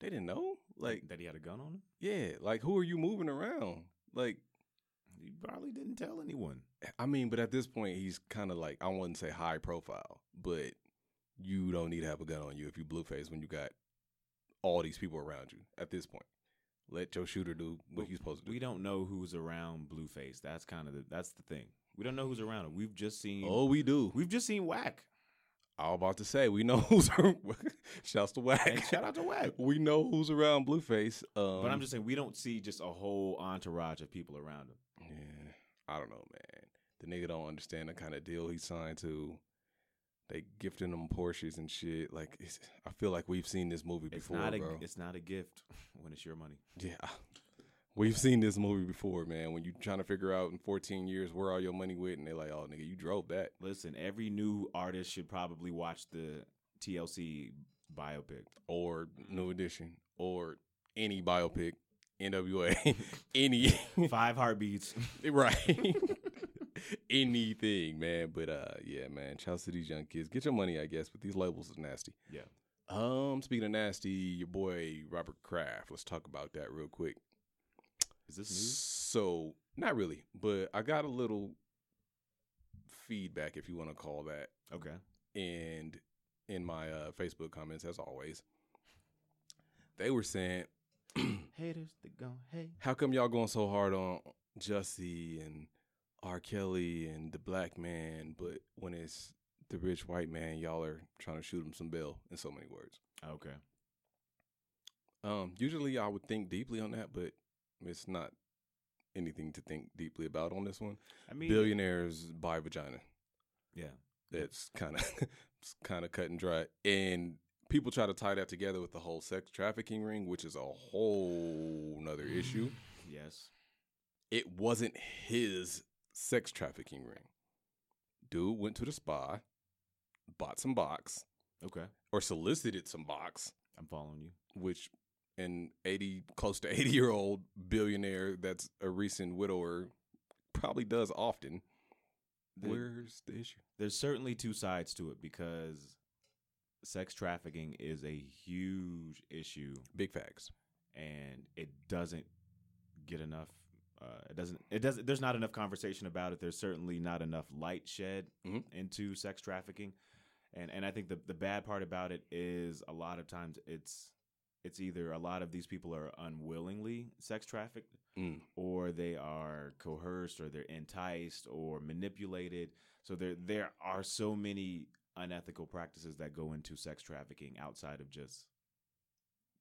Speaker 2: They didn't know. Like
Speaker 1: that, he had a gun on him.
Speaker 2: yeah, like who are you moving around? Like
Speaker 1: He probably didn't tell anyone.
Speaker 2: I mean, but at this point he's kind of like I wouldn't say high profile, but you don't need to have a gun on you if you blueface when you got all these people around you at this point. Let your shooter do what he's supposed to do.
Speaker 1: We don't know who's around Blueface. That's kind of the, that's the thing. We don't know who's around him. We've just seen.
Speaker 2: Oh, we do.
Speaker 1: We've just seen Whack.
Speaker 2: I was about to say we know who's. around. Shouts to Whack.
Speaker 1: Hey, shout out to Whack.
Speaker 2: We know who's around Blueface. Um,
Speaker 1: But I'm just saying we don't see just a whole entourage of people around him.
Speaker 2: Yeah, I don't know, man. The nigga don't understand the kind of deal he signed to. They gifting him Porsches and shit. Like, it's, I feel like we've seen this movie
Speaker 1: It's
Speaker 2: before,
Speaker 1: not a
Speaker 2: bro.
Speaker 1: it's not a gift when it's your money.
Speaker 2: yeah, we've seen this movie before, man. When you trying to figure out in 14 years where all your money went, and they like, oh, nigga, you drove that.
Speaker 1: Listen, every new artist should probably watch the TLC biopic.
Speaker 2: or New Edition or any biopic, NWA, any
Speaker 1: Five heartbeats.
Speaker 2: right, anything, man. But uh, yeah, man, shout out to these young kids. Get your money, I guess. But these labels is nasty.
Speaker 1: Yeah.
Speaker 2: Um, speaking of nasty, your boy Robert Kraft. Let's talk about that real quick.
Speaker 1: Is this news?
Speaker 2: So, not really, but I got a little feedback, if you want to call that
Speaker 1: Okay.
Speaker 2: and in my uh, Facebook comments, as always, they were saying,
Speaker 1: Haters that go, hey.
Speaker 2: "How come y'all going so hard on Jussie and R. Kelly and the black man, but when it's the rich white man, y'all are trying to shoot him some bill?" In so many words.
Speaker 1: Okay.
Speaker 2: Um, usually, I would think deeply on that, but it's not anything to think deeply about on this one.
Speaker 1: I mean,
Speaker 2: Billionaires buy vagina.
Speaker 1: Yeah.
Speaker 2: that's kind of kind of cut and dry and people try to tie that together with the whole sex trafficking ring which is a whole nother issue
Speaker 1: Yes.
Speaker 2: it wasn't his sex trafficking ring dude went to the spa bought some box
Speaker 1: Okay.
Speaker 2: or solicited some box
Speaker 1: I'm following you.
Speaker 2: which an 80 close to 80 year old billionaire that's a recent widower probably does often
Speaker 1: The-
Speaker 2: where's the issue
Speaker 1: There's certainly two sides to it because sex trafficking is a huge issue
Speaker 2: big facts
Speaker 1: and it doesn't get enough uh, it doesn't it doesn't there's not enough conversation about it there's certainly not enough light shed
Speaker 2: Mhm.
Speaker 1: into sex trafficking and and i think the the bad part about it is a lot of times it's it's either a lot of these people are unwillingly sex trafficked
Speaker 2: Mm.
Speaker 1: or they are coerced or they're enticed or manipulated so there there are so many unethical practices that go into sex trafficking outside of just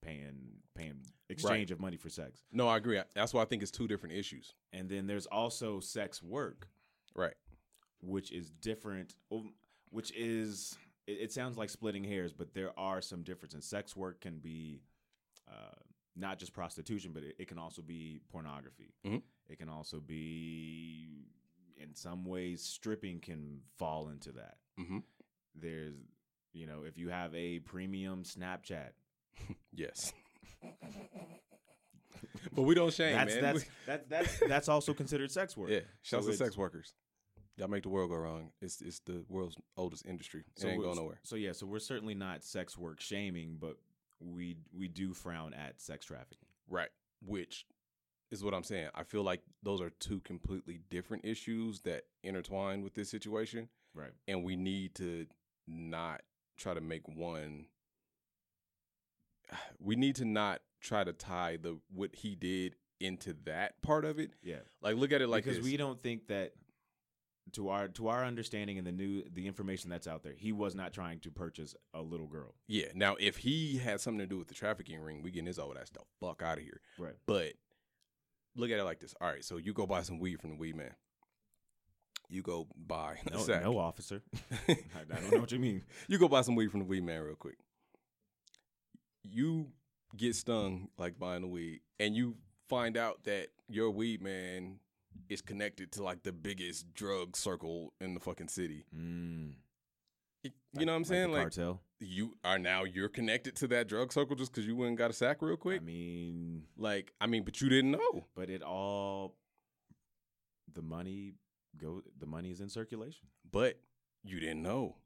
Speaker 1: paying paying exchange of money for sex.
Speaker 2: No, I agree. That's why I think it's two different issues.
Speaker 1: And then there's also sex work,
Speaker 2: Right.
Speaker 1: which is different. um, Which is it, it sounds like splitting hairs, but there are some differences. Sex work can be uh, not just prostitution, but it, it can also be pornography.
Speaker 2: Mhm.
Speaker 1: It can also be, in some ways, stripping can fall into that.
Speaker 2: Mhm.
Speaker 1: There's, you know, if you have a premium Snapchat,
Speaker 2: Yes. but we don't shame,
Speaker 1: that's,
Speaker 2: man.
Speaker 1: that's,
Speaker 2: We-
Speaker 1: that's that's that's also considered sex work.
Speaker 2: yeah. Shouts
Speaker 1: So
Speaker 2: to
Speaker 1: it's-
Speaker 2: sex workers. Y'all make the world go wrong. It's it's the world's oldest industry. It ain't
Speaker 1: we're-
Speaker 2: going nowhere.
Speaker 1: So yeah, so we're certainly not sex work shaming, but we we do frown at sex trafficking.
Speaker 2: Right. Which is what I'm saying. I feel like those are two completely different issues that intertwine with this situation.
Speaker 1: Right.
Speaker 2: And we need to not try to make one. We need to not try to tie the what he did into that part of it.
Speaker 1: Yeah.
Speaker 2: Like look at it like
Speaker 1: because
Speaker 2: this.
Speaker 1: we don't think that to our to our understanding and the new the information that's out there, he was not trying to purchase a little girl.
Speaker 2: Yeah. Now, if he had something to do with the trafficking ring, we getting his old ass the fuck out of here.
Speaker 1: Right.
Speaker 2: But look at it like this. All right. So you go buy some weed from the weed man. You go buy a
Speaker 1: No,
Speaker 2: sack.
Speaker 1: no officer. I don't know what you mean.
Speaker 2: You go buy some weed from the weed man real quick. You get stung like buying the weed, and you find out that your weed man is connected to like the biggest drug circle in the fucking city.
Speaker 1: Mm,
Speaker 2: You know what I'm saying?
Speaker 1: the
Speaker 2: Like,
Speaker 1: cartel.
Speaker 2: you are now you're connected to that drug circle just because you went and got a sack real quick.
Speaker 1: I mean,
Speaker 2: Like, I mean, but you didn't know.
Speaker 1: but it all the money go the money is in circulation.
Speaker 2: But you didn't know.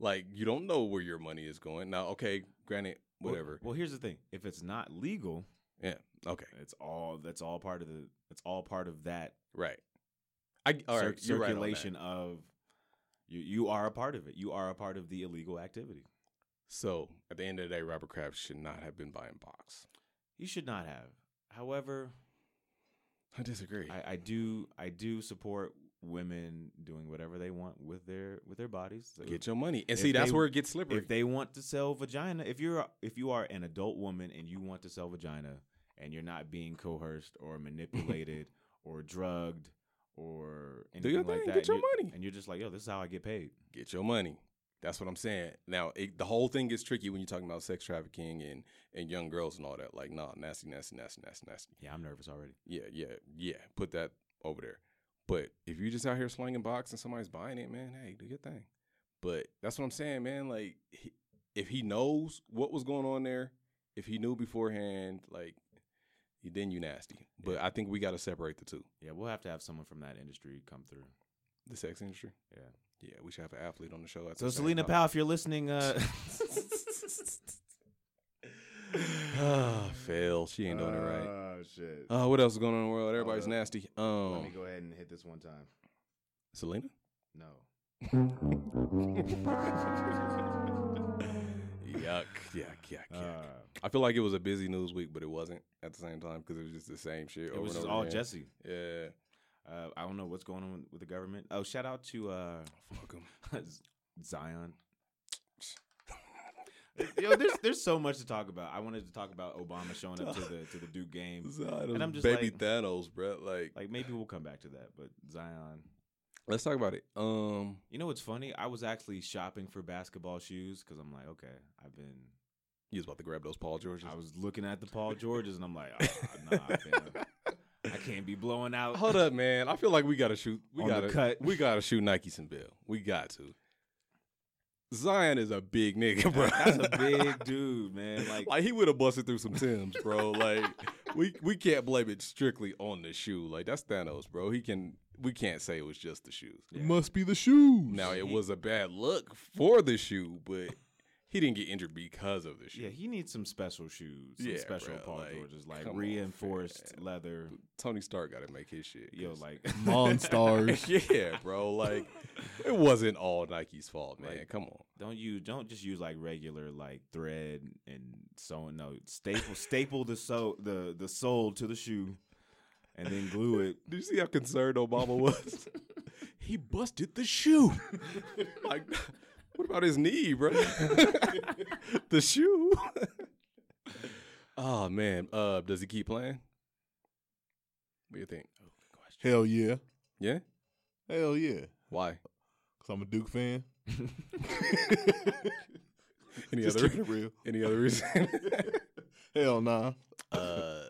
Speaker 2: like, you don't know where your money is going. Now, okay, granted,
Speaker 1: Well-
Speaker 2: whatever.
Speaker 1: well here's the thing. If it's not legal,
Speaker 2: okay,
Speaker 1: It's all that's all part of the it's all part of that
Speaker 2: right. I all
Speaker 1: cir-
Speaker 2: right, you're right on that.
Speaker 1: circulation of you you are a part of it. You are a part of the illegal activity.
Speaker 2: So at the end of the day, Robert Kraft should not have been buying box.
Speaker 1: You should not have. However,
Speaker 2: I disagree.
Speaker 1: I, I do I do support women doing whatever they want with their with their bodies. So
Speaker 2: Get your money, and
Speaker 1: if
Speaker 2: see that's
Speaker 1: they-
Speaker 2: where it gets slippery.
Speaker 1: if they want to sell vagina, if you're if you are an adult woman and you want to sell vagina and you're not being coerced or manipulated or drugged or anything
Speaker 2: your
Speaker 1: like
Speaker 2: thing,
Speaker 1: that,
Speaker 2: get
Speaker 1: and
Speaker 2: your
Speaker 1: you're-
Speaker 2: money.
Speaker 1: and you're just like, yo, this is how I get paid.
Speaker 2: get your money. That's what I'm saying. Now, it, the whole thing gets tricky when you're talking about sex trafficking and, and young girls and all that. Like, nah, nasty, nasty, nasty, nasty, nasty.
Speaker 1: Yeah, I'm nervous already.
Speaker 2: Yeah, yeah, yeah. Put that over there. But if you just out here slinging box and somebody's buying it, man, hey, do your thing. But that's what I'm saying, man. Like, he, if he knows what was going on there, if he knew beforehand, like, then you nasty. But I think we got to separate the two.
Speaker 1: Yeah, we'll have to have someone from that industry come through.
Speaker 2: The sex industry.
Speaker 1: Yeah.
Speaker 2: Yeah, we should have an athlete on the show. at
Speaker 1: So
Speaker 2: the same
Speaker 1: Selena
Speaker 2: time.
Speaker 1: Powell, if you're listening, uh
Speaker 2: Ah, fail. She ain't doing it right.
Speaker 1: Oh shit.
Speaker 2: Oh, what else is going on in the world? Everybody's
Speaker 1: up.
Speaker 2: nasty. Um,
Speaker 1: uh, go ahead and hit this one time.
Speaker 2: Selena.
Speaker 1: No.
Speaker 2: Yuck, yuck, yuck, yuck.
Speaker 1: Uh,
Speaker 2: I feel like it was a busy news week, but it wasn't at the same time because it was just the same shit.
Speaker 1: it
Speaker 2: over
Speaker 1: was
Speaker 2: and
Speaker 1: just
Speaker 2: over
Speaker 1: all
Speaker 2: again.
Speaker 1: Jesse.
Speaker 2: Yeah,
Speaker 1: Uh, I don't know what's going on with the government. Oh, shout out to uh,
Speaker 2: fuck 'em.
Speaker 1: Zion. Yo, there's there's so much to talk about. I wanted to talk about Obama showing up to the to the Duke game.
Speaker 2: Zion
Speaker 1: And I'm just
Speaker 2: was baby
Speaker 1: like-
Speaker 2: Thanos, bro. Like,
Speaker 1: Like maybe we'll come back to that, but Zion.
Speaker 2: let's talk about it. Um,
Speaker 1: You know what's funny? I was actually shopping for basketball shoes because I'm like, okay, I've been
Speaker 2: you was about to grab those Paul Georges.
Speaker 1: I was looking at the Paul Georges and I'm like, ah, nah, fam. I can't be blowing out.
Speaker 2: Hold up, man. I feel like we gotta shoot. We
Speaker 1: On the
Speaker 2: gotta
Speaker 1: cut.
Speaker 2: We gotta shoot Nike some bill. We got to. Zion is a big nigga, bro.
Speaker 1: That's a big dude, man. Like,
Speaker 2: like, he would have busted through some Tim's, bro. Like we we can't blame it strictly on the shoe. Like that's Thanos, bro. He can we can't say it was just the shoes.
Speaker 6: Must be the shoes.
Speaker 2: Now it was a bad look for the shoe, but he didn't get injured because of the shoe.
Speaker 1: yeah, he needs some special shoes, some
Speaker 2: Yeah,
Speaker 1: special
Speaker 2: bruh,
Speaker 1: Paul
Speaker 2: like,
Speaker 1: Georges, like
Speaker 2: come on,
Speaker 1: reinforced leather.
Speaker 2: Tony Stark got to make his shit.
Speaker 1: Yo,
Speaker 2: 'cause-
Speaker 1: like
Speaker 6: Monstars.
Speaker 2: yeah, bro. Like it wasn't all Nike's fault, man.
Speaker 1: Like,
Speaker 2: Come on.
Speaker 1: don't you don't just use like regular like thread and sewing. No, staple staple the so the the sole to the shoe, and then glue it.
Speaker 2: Did you see how concerned Obama was? he busted the shoe. like, what about his knee, bro? the shoe. Oh man, uh, does he keep playing? What do you think?
Speaker 1: Oh.
Speaker 6: Hell yeah.
Speaker 2: Yeah,
Speaker 6: Hell yeah.
Speaker 2: why?
Speaker 6: Because I'm a Duke fan.
Speaker 2: Any
Speaker 6: Just
Speaker 2: other
Speaker 6: keeping it real.
Speaker 2: any other reason?
Speaker 6: Hell nah.
Speaker 2: uh,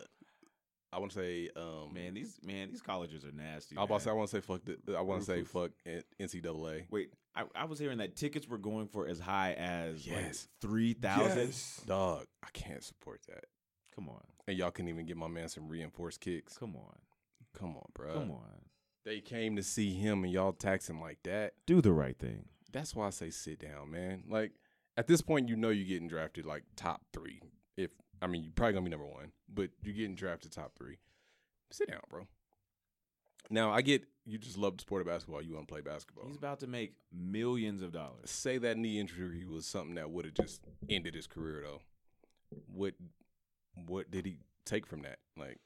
Speaker 2: I want to say, um,
Speaker 1: man, these man, these colleges are nasty.
Speaker 2: I was about to say, I
Speaker 1: man.
Speaker 2: want to say fuck. The, I want to say
Speaker 1: Ruthless.
Speaker 2: fuck N- NCAA.
Speaker 1: Wait, I, I was hearing that tickets were going for as high as
Speaker 2: Yes.
Speaker 1: like three thousand.
Speaker 2: Dog, I can't support that.
Speaker 1: Come on,
Speaker 2: And y'all couldn't even get my man some reinforced kicks.
Speaker 1: come on,
Speaker 2: Come on, bro.
Speaker 1: come on.
Speaker 2: They came to see him and y'all tax him like that.
Speaker 1: Do the right thing.
Speaker 2: That's why I say sit down, man. Like at this point, you know you're getting drafted like top three. If I mean, you're probably gonna be number one, but you're getting drafted top three. Sit down, bro. Now I get you just love the sport of basketball. You want to play basketball.
Speaker 1: He's about to make millions of dollars.
Speaker 2: Say that knee injury was something that would have just ended his career, though. What what did he take from that? Like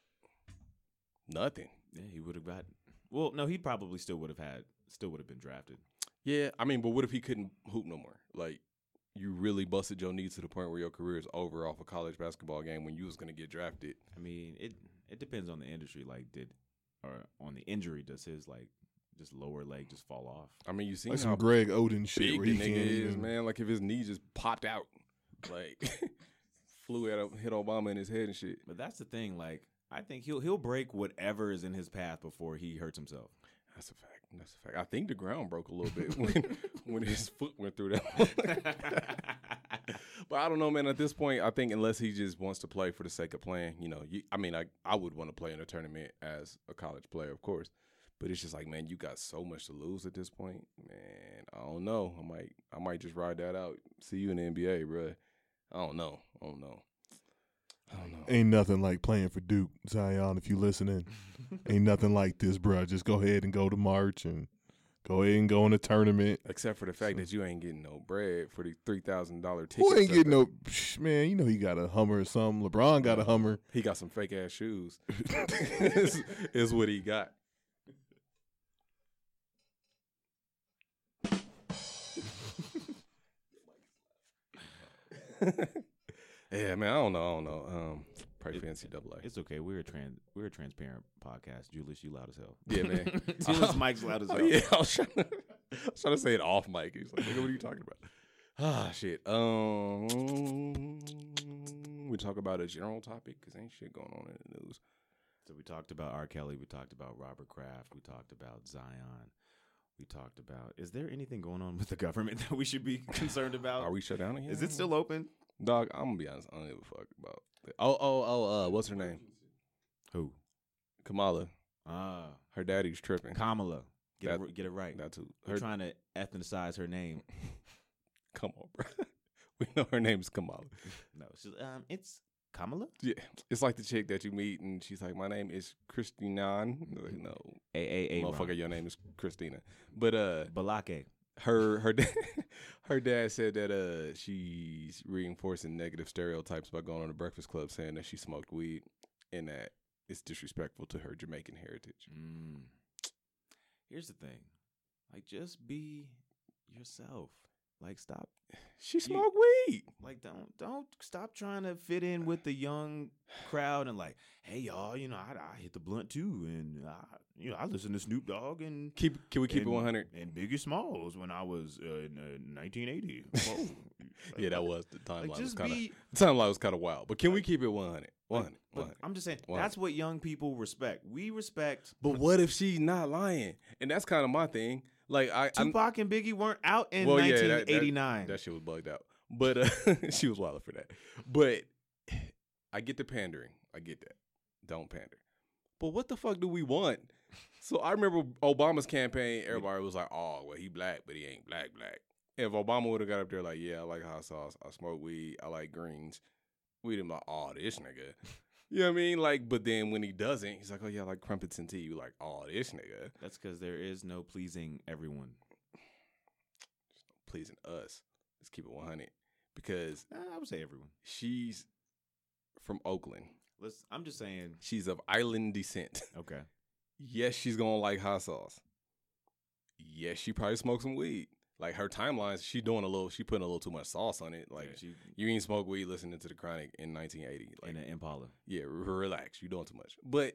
Speaker 2: nothing.
Speaker 1: Yeah, he would have got. Well, no, he probably still would have had, still would have been drafted.
Speaker 2: Yeah, I mean, but what if he couldn't hoop no more? Like, you really busted your knee to the point where your career is over off a college basketball game when you was gonna get drafted.
Speaker 1: I mean, it it depends on the industry. Like, did or on the injury, does his like just lower leg just fall off?
Speaker 2: I mean, you seen
Speaker 6: Like
Speaker 2: how
Speaker 6: some Greg Oden shit
Speaker 2: big
Speaker 6: where
Speaker 2: the
Speaker 6: he
Speaker 2: nigga
Speaker 6: can't
Speaker 2: is,
Speaker 6: even-
Speaker 2: man. Like, if his knee just popped out, like, flew at hit Obama in his head and shit.
Speaker 1: But that's the thing. Like, I think he'll he'll break whatever is in his path before he hurts himself.
Speaker 2: That's a fact. That's a fact. I think the ground broke a little bit when when his foot went through that. but I don't know, man. At this point, I think unless he just wants to play for the sake of playing, you know, you, I mean, I I would want to play in a tournament as a college player, of course. But it's just like, man, you got so much to lose at this point, man. I don't know. I might I might just ride that out. See you in the NBA, bruh. I don't know. I don't know. I don't know.
Speaker 6: Ain't nothing like playing for Duke, Zion, if you listening. Ain't nothing like this, bro. Just go ahead and go to March and go ahead and go in a tournament.
Speaker 2: Except for the fact that you ain't getting no bread for the three thousand dollar ticket.
Speaker 6: Who ain't getting no psh, man? You know he got a Hummer or something. LeBron got a Hummer.
Speaker 2: He got some fake ass shoes. is, is what he got. yeah, man. I don't know. I don't know. Um, probably
Speaker 1: It-
Speaker 2: fancy double A.
Speaker 1: It's okay. We're a trans. We're a transparent podcast. Julius, you loud as hell.
Speaker 2: Yeah, man.
Speaker 1: Julius, Mike's loud as
Speaker 2: Oh
Speaker 1: hell.
Speaker 2: yeah, I was trying to, I was trying to say it off mic. He's like, "Nigga, what are you talking about?" Ah, shit. Um, we talk about a general topic because ain't shit going on in the news.
Speaker 1: So we talked about R. Kelly. We talked about Robert Kraft. We talked about Zion. We talked about. Is there anything going on with the government that we should be concerned about?
Speaker 2: Are we shut down again?
Speaker 1: Uh, Is it still open?
Speaker 2: Dog, I'm gonna be honest. I don't give a fuck about. That. Oh, oh, oh. Uh, what's her name?
Speaker 1: Who?
Speaker 2: Kamala.
Speaker 1: Ah,
Speaker 2: Her daddy's tripping.
Speaker 1: Kamala. Get
Speaker 2: That-
Speaker 1: it, get it right.
Speaker 2: That too.
Speaker 1: We're
Speaker 2: Her,
Speaker 1: trying to ethnicize her name.
Speaker 2: come on, bro. we know her name's Kamala.
Speaker 1: No, she's, um, it's Kamala.
Speaker 2: Yeah, it's like the chick that you meet, and she's like, "My name is Christina." Like, no,
Speaker 1: A A A.
Speaker 2: motherfucker, your name is Christina. But uh,
Speaker 1: Balake.
Speaker 2: her her dad, her dad said that uh she's reinforcing negative stereotypes by going on the Breakfast Club saying that she smoked weed and that it's disrespectful to her Jamaican heritage.
Speaker 1: Mm. Here's the thing. Like, just be yourself. Like, stop.
Speaker 2: She smoked weed.
Speaker 1: Like, don't don't stop trying to fit in with the young crowd and like, hey y'all, you know, I, I hit the blunt too, and I, you know, I listen to Snoop Dogg and
Speaker 2: Keep can we keep
Speaker 1: and,
Speaker 2: it one hundred?
Speaker 1: and Biggie Smalls when I was uh, in uh, 1980. Whoa.
Speaker 2: Yeah, that
Speaker 1: Like,
Speaker 2: was the timeline.
Speaker 1: Like,
Speaker 2: was
Speaker 1: just
Speaker 2: kind of
Speaker 1: be.
Speaker 2: the timeline was kind of wild. But can we keep it one hundred?
Speaker 1: like,
Speaker 2: One hundred.
Speaker 1: but
Speaker 2: One
Speaker 1: I'm just saying
Speaker 2: One.
Speaker 1: that's what young people respect. We respect.
Speaker 2: But what if she's not lying? And that's kind of my thing. Like I, I'm,
Speaker 1: Tupac and Biggie weren't out in
Speaker 2: Well, yeah, that- that-
Speaker 1: 1989.
Speaker 2: that shit was bugged out. But uh, she was wild for that. But I get the pandering. I get that. Don't pander. But what the fuck do we want? So I remember Obama's campaign. Everybody was like, "Oh, well, he black, but he ain't black black." If Obama would have got up there like, "Yeah, I like hot sauce. I smoke weed. I like greens," we'd have been like, "Oh, this nigga." You know what I mean? Like, but then when he doesn't, he's like, "Oh yeah, I like crumpets and tea." You like, "Oh, this nigga
Speaker 1: That's because there is no pleasing everyone.
Speaker 2: pleasing us." Let's keep it one hundred because
Speaker 1: Uh, I would say everyone.
Speaker 2: she's from Oakland.
Speaker 1: Let's. I'm just saying.
Speaker 2: She's of island descent.
Speaker 1: Okay.
Speaker 2: Yes, she's gonna like hot sauce. Yes, she probably smoked some weed. Like her timelines, she doing a little, she putting a little too much sauce on it. Like
Speaker 1: Like she
Speaker 2: you ain't smoke weed listening to the Chronic in 1980. Like
Speaker 1: in an Impala.
Speaker 2: yeah, r- relax. You're doing too much. But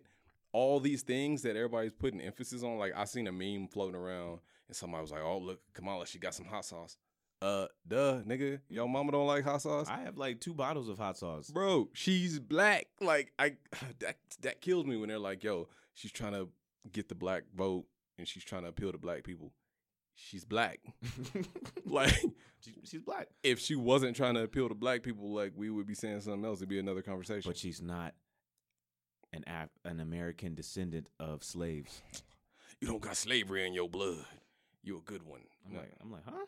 Speaker 2: all these things that everybody's putting emphasis on, like I seen a meme floating around, and somebody was like, "Oh, look, Kamala, she got some hot sauce." Uh, duh, nigga, your mama don't like hot sauce,
Speaker 1: I have like two bottles of hot sauce.
Speaker 2: bro. She's black. Like I, that that kills me when they're like, "Yo, she's trying to get the black vote, and she's trying to appeal to black people." She's black. like,
Speaker 1: She- she's black,
Speaker 2: if she wasn't trying to appeal to black people, like we would be saying something else. It'd be another conversation.
Speaker 1: but she's not an Af- an American descendant of slaves.
Speaker 2: you don't got slavery in your blood. You a good one.
Speaker 1: I'm
Speaker 2: No,
Speaker 1: like, I'm like, huh?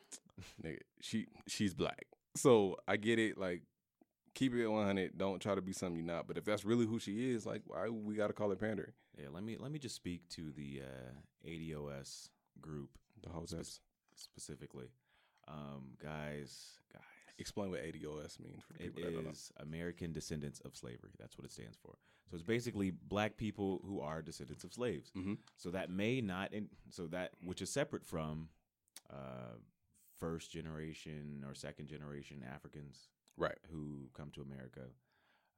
Speaker 2: nigga, she she's black. So I get it. Like, keep it at 100. Don't try to be something you're not. But if that's really who she is, like, why we gotta call it pandering?
Speaker 1: Yeah, let me let me just speak to the uh, ADOS group
Speaker 2: The whole
Speaker 1: spec- specifically, um, guys. Guys,
Speaker 2: Explain what ADOS means for the
Speaker 1: It
Speaker 2: people that don't know.
Speaker 1: is American Descendants of Slavery. That's what it stands for. So it's basically black people who are descendants of slaves.
Speaker 2: Mhm.
Speaker 1: So that may not, in, so that which is separate from uh, first generation or second generation Africans
Speaker 2: Right.
Speaker 1: who come to America.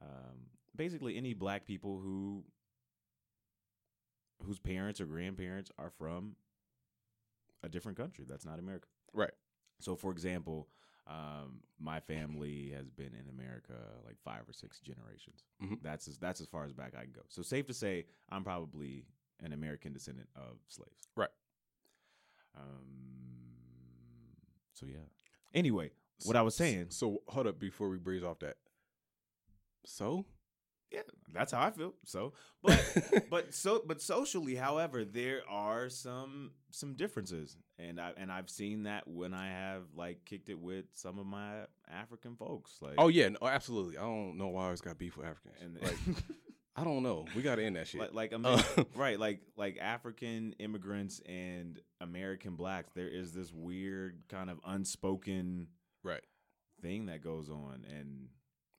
Speaker 1: Um, basically, any black people who whose parents or grandparents are from a different country that's not America.
Speaker 2: Right.
Speaker 1: So, for example, um, my family has been in America like five or six generations.
Speaker 2: Mhm.
Speaker 1: That's as, that's as far as back I can go. So, safe to say, I'm probably an American descendant of slaves.
Speaker 2: Right.
Speaker 1: Um. So yeah. Anyway, what I was saying.
Speaker 2: So hold up before we breeze off that. So
Speaker 1: Yeah, that's how I feel. So, but but so but socially, however, there are some some differences, and I and I've seen that when I have like kicked it with some of my African folks. Like,
Speaker 2: oh yeah, no, absolutely. I don't know why I always got beef with Africans.
Speaker 1: and
Speaker 2: like I don't know. We gotta end that shit.
Speaker 1: like, like Amer-
Speaker 2: Uh,
Speaker 1: right, like like African immigrants and American blacks. There is this weird kind of unspoken
Speaker 2: right.
Speaker 1: thing that goes on, and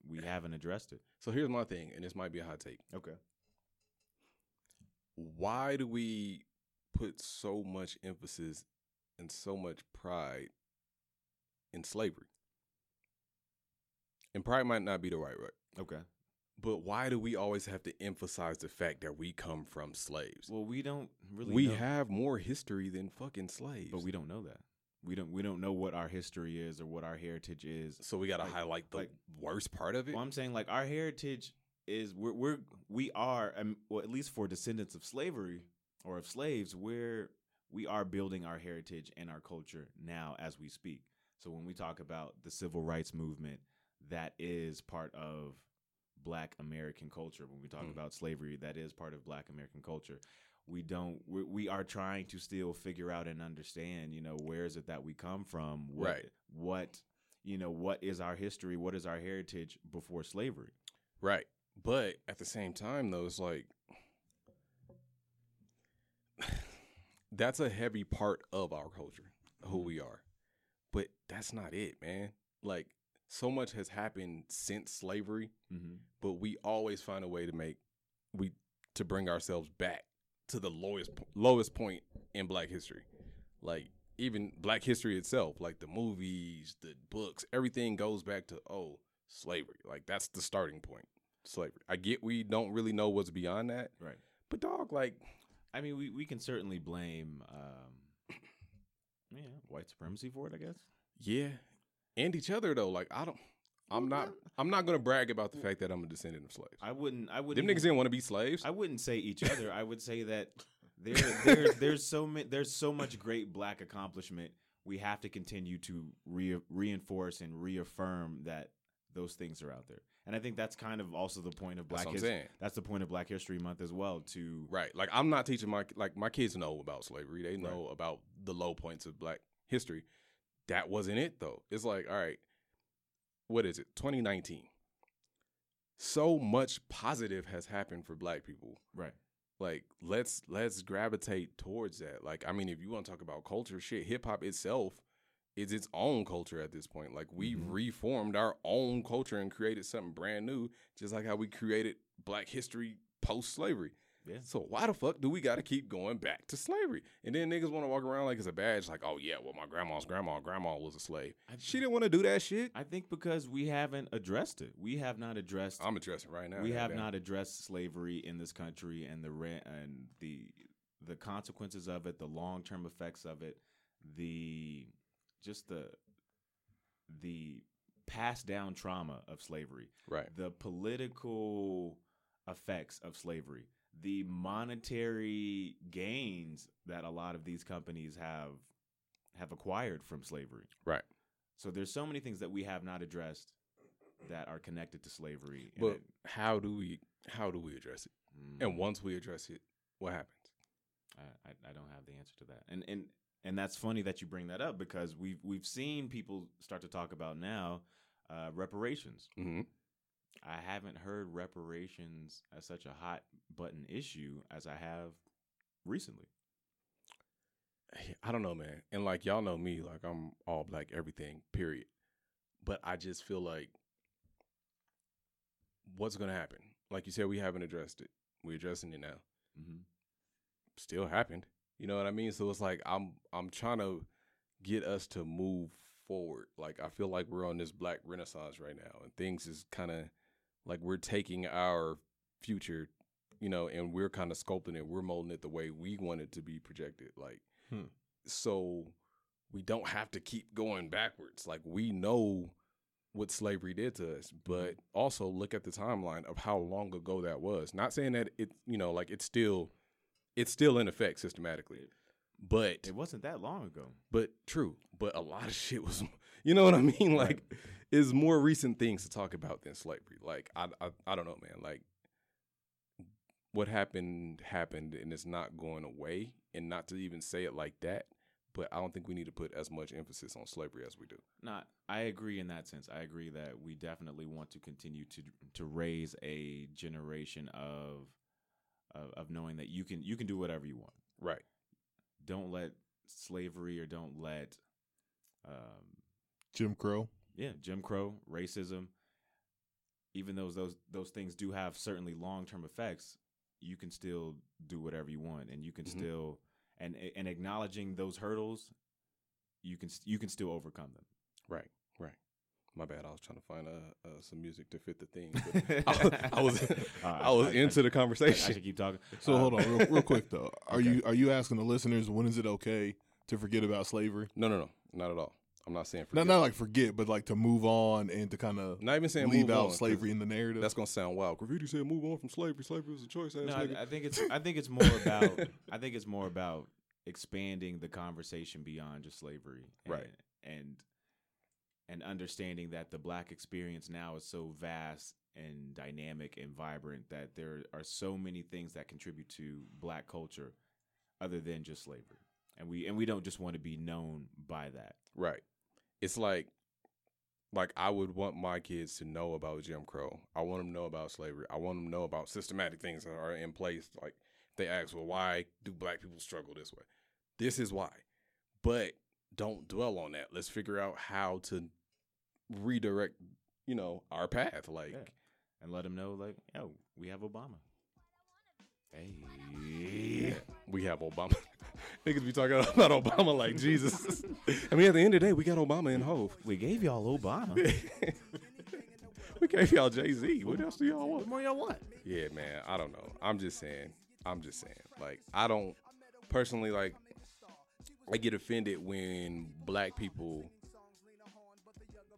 Speaker 1: we haven't addressed it.
Speaker 2: So here's my thing, and this might be a hot take.
Speaker 1: Okay.
Speaker 2: why do we put so much emphasis and so much pride in slavery? And pride might not be the right word,
Speaker 1: Okay.
Speaker 2: but why do we always have to emphasize the fact that we come from slaves?
Speaker 1: Well, we don't really.
Speaker 2: we
Speaker 1: know.
Speaker 2: have more history than fucking slaves,
Speaker 1: but we don't know that. We don't we don't know what our history is or what our heritage is.
Speaker 2: so we got to
Speaker 1: like-
Speaker 2: highlight the
Speaker 1: like-
Speaker 2: worst part of it.
Speaker 1: Well, I'm saying like our heritage is we're we're we are um, well at least for descendants of slavery or of slaves we're we are building our heritage and our culture now as we speak. So when we talk about the civil rights movement, that is part of Black American culture. When we talk
Speaker 2: Mm.
Speaker 1: about slavery, that is part of Black American culture. We don't. We, we are trying to still figure out and understand. You know, where is it that we come from? What,
Speaker 2: Right.
Speaker 1: What you know? What is our history? What is our heritage before slavery?
Speaker 2: Right. But at the same time, though, it's like that's a heavy part of our culture, who we are. But that's not it, man. Like, so much has happened since slavery,
Speaker 1: Mm-hmm.
Speaker 2: but we always find a way to make we to bring ourselves back to the lowest po- lowest point in black history. Like even black history itself, like the movies, the books, everything goes back to oh, slavery. Like that's the starting point. Slavery. I get we don't really know what's beyond that,
Speaker 1: Right.
Speaker 2: but dog, like
Speaker 1: I mean, we we can certainly blame, um, yeah, white supremacy for it. I guess.
Speaker 2: yeah, and each other though. Like I don't I'm not I'm not gonna brag about the fact that I'm a descendant of slaves.
Speaker 1: I wouldn't. I wouldn't.
Speaker 2: Them
Speaker 1: even-
Speaker 2: niggas didn't want to be slaves.
Speaker 1: I wouldn't say each other. I would say that there, there there's so many, there's so much great black accomplishment. We have to continue to re- reinforce and reaffirm that those things are out there. And I think that's kind of also the point of
Speaker 2: That's
Speaker 1: Black
Speaker 2: what I'm
Speaker 1: History.
Speaker 2: saying.
Speaker 1: That's the point of Black History Month as well. To
Speaker 2: Right. Like I'm not teaching my like my kids know about slavery. They know about the low points of black history. That wasn't it though. It's like, all right, what is it? 2019. So much positive has happened for black people.
Speaker 1: right,
Speaker 2: Like let's let's gravitate towards that. Like I mean if you want to talk about culture shit, hip hop itself is its own culture at this point. Like we
Speaker 1: Mhm.
Speaker 2: reformed our own culture and created something brand new, just like how we created black history post slavery.
Speaker 1: Yeah.
Speaker 2: So why the fuck do we got to keep going back to slavery? And then niggas want to walk around like it's a badge, like, oh yeah, well my grandma's grandma, grandma was a slave.
Speaker 1: I-
Speaker 2: She didn't want to do that shit.
Speaker 1: I think because we haven't addressed it. We have not addressed.
Speaker 2: I'm addressing right now.
Speaker 1: we
Speaker 2: goddamn.
Speaker 1: have not addressed slavery in this country and the ra- and the the consequences of it, the long term effects of it, the just the the passed down trauma of slavery,
Speaker 2: Right.
Speaker 1: the political effects of slavery, the monetary gains that a lot of these companies have have acquired from slavery.
Speaker 2: Right.
Speaker 1: So there's so many things that we have not addressed that are connected to slavery. and
Speaker 2: But
Speaker 1: it-
Speaker 2: how do we how do we address it?
Speaker 1: Mm.
Speaker 2: And once we address it, what happens?
Speaker 1: I, I, I don't have the answer to that. And and and that's funny that you bring that up because we've we've seen people start to talk about now uh, reparations.
Speaker 2: Mm-hmm.
Speaker 1: I haven't heard reparations as such a hot button issue as I have recently.
Speaker 2: I don't know, man. And like y'all know me, like I'm all black everything, period. But I just feel like what's gonna happen? Like you said, we haven't addressed it. We're addressing it now.
Speaker 1: Mm-hmm.
Speaker 2: Still happened. You know what I mean? So it's like I'm I'm trying to get us to move forward. Like I feel like we're on this black renaissance right now and things is kinda like we're taking our future, you know, and we're kind of sculpting it. We're molding it the way we want it to be projected. Like
Speaker 6: Hmm.
Speaker 2: so we don't have to keep going backwards. Like we know what slavery did to us, but also look at the timeline of how long ago that was. Not saying that it, you know, like it's still it's still in effect systematically. But
Speaker 1: It wasn't that long ago.
Speaker 2: but true, but a lot of shit was, you know what I mean? Like, is more recent things to talk about than slavery. Like, I, I, I don't know, man. Like, what happened happened, and it's not going away. And not to even say it like that, but I don't think we need to put as much emphasis on slavery as we do.
Speaker 1: Not, I agree in that sense. I agree that we definitely want to continue to to raise a generation of of, of knowing that you can you can do whatever you want.
Speaker 2: Right.
Speaker 1: Don't let slavery or don't let um,
Speaker 6: Jim Crow.
Speaker 1: yeah, Jim Crow, racism, even though those those things do have certainly long term effects, you can still do whatever you want, and you can
Speaker 2: Mhm.
Speaker 1: still and and acknowledging those hurdles, you can you can still overcome
Speaker 2: Right. Right. My bad. I was trying to find uh, uh, some music to fit the thing.
Speaker 1: them.
Speaker 2: But I, was- I was I was into the
Speaker 1: I,
Speaker 2: conversation.
Speaker 1: should keep talking.
Speaker 6: So
Speaker 1: Uh,
Speaker 6: hold on, real, real quick though. Are
Speaker 2: Okay.
Speaker 6: you are you asking the listeners when is it okay to forget about slavery?
Speaker 2: no, no, no, not at all. I'm not saying
Speaker 6: Not
Speaker 2: forget.
Speaker 6: not like forget, but like to move on and to kind of
Speaker 2: Not even saying
Speaker 6: leave
Speaker 2: move
Speaker 6: out
Speaker 2: on, 'cause
Speaker 6: slavery in the narrative.
Speaker 2: That's gonna sound wild. Graffiti said move on from slavery. Slavery was a choice. Ass
Speaker 1: No,
Speaker 2: nigga.
Speaker 1: I, I think it's I think it's more about I think it's more about expanding the conversation beyond just slavery, and,
Speaker 2: Right.
Speaker 1: And and understanding that the black experience now is so vast and dynamic and vibrant that there are so many things that contribute to black culture other than just slavery. And we and we don't just want to be known by that.
Speaker 2: right. It's like, like I would want my kids to know about Jim Crow. I want them to know about slavery. I want them to know about systematic things that are in place. Like they ask, well, why do black people struggle this way? This is why. But don't dwell on that. Let's figure out how to redirect, you know, our path. Like,
Speaker 1: Yeah. And let them know like, yo, we have Obama. Hey.
Speaker 2: we have Obama. Niggas be talking about Obama like Jesus. I mean, at the end of the day, we got Obama in Hove.
Speaker 1: We gave y'all Obama.
Speaker 2: we gave y'all Jay Z. What else do y'all
Speaker 1: what
Speaker 2: want?
Speaker 1: more y'all want?
Speaker 2: Yeah, man. I don't know. I'm just saying. I'm just saying. Like, I don't personally like. I get offended when black people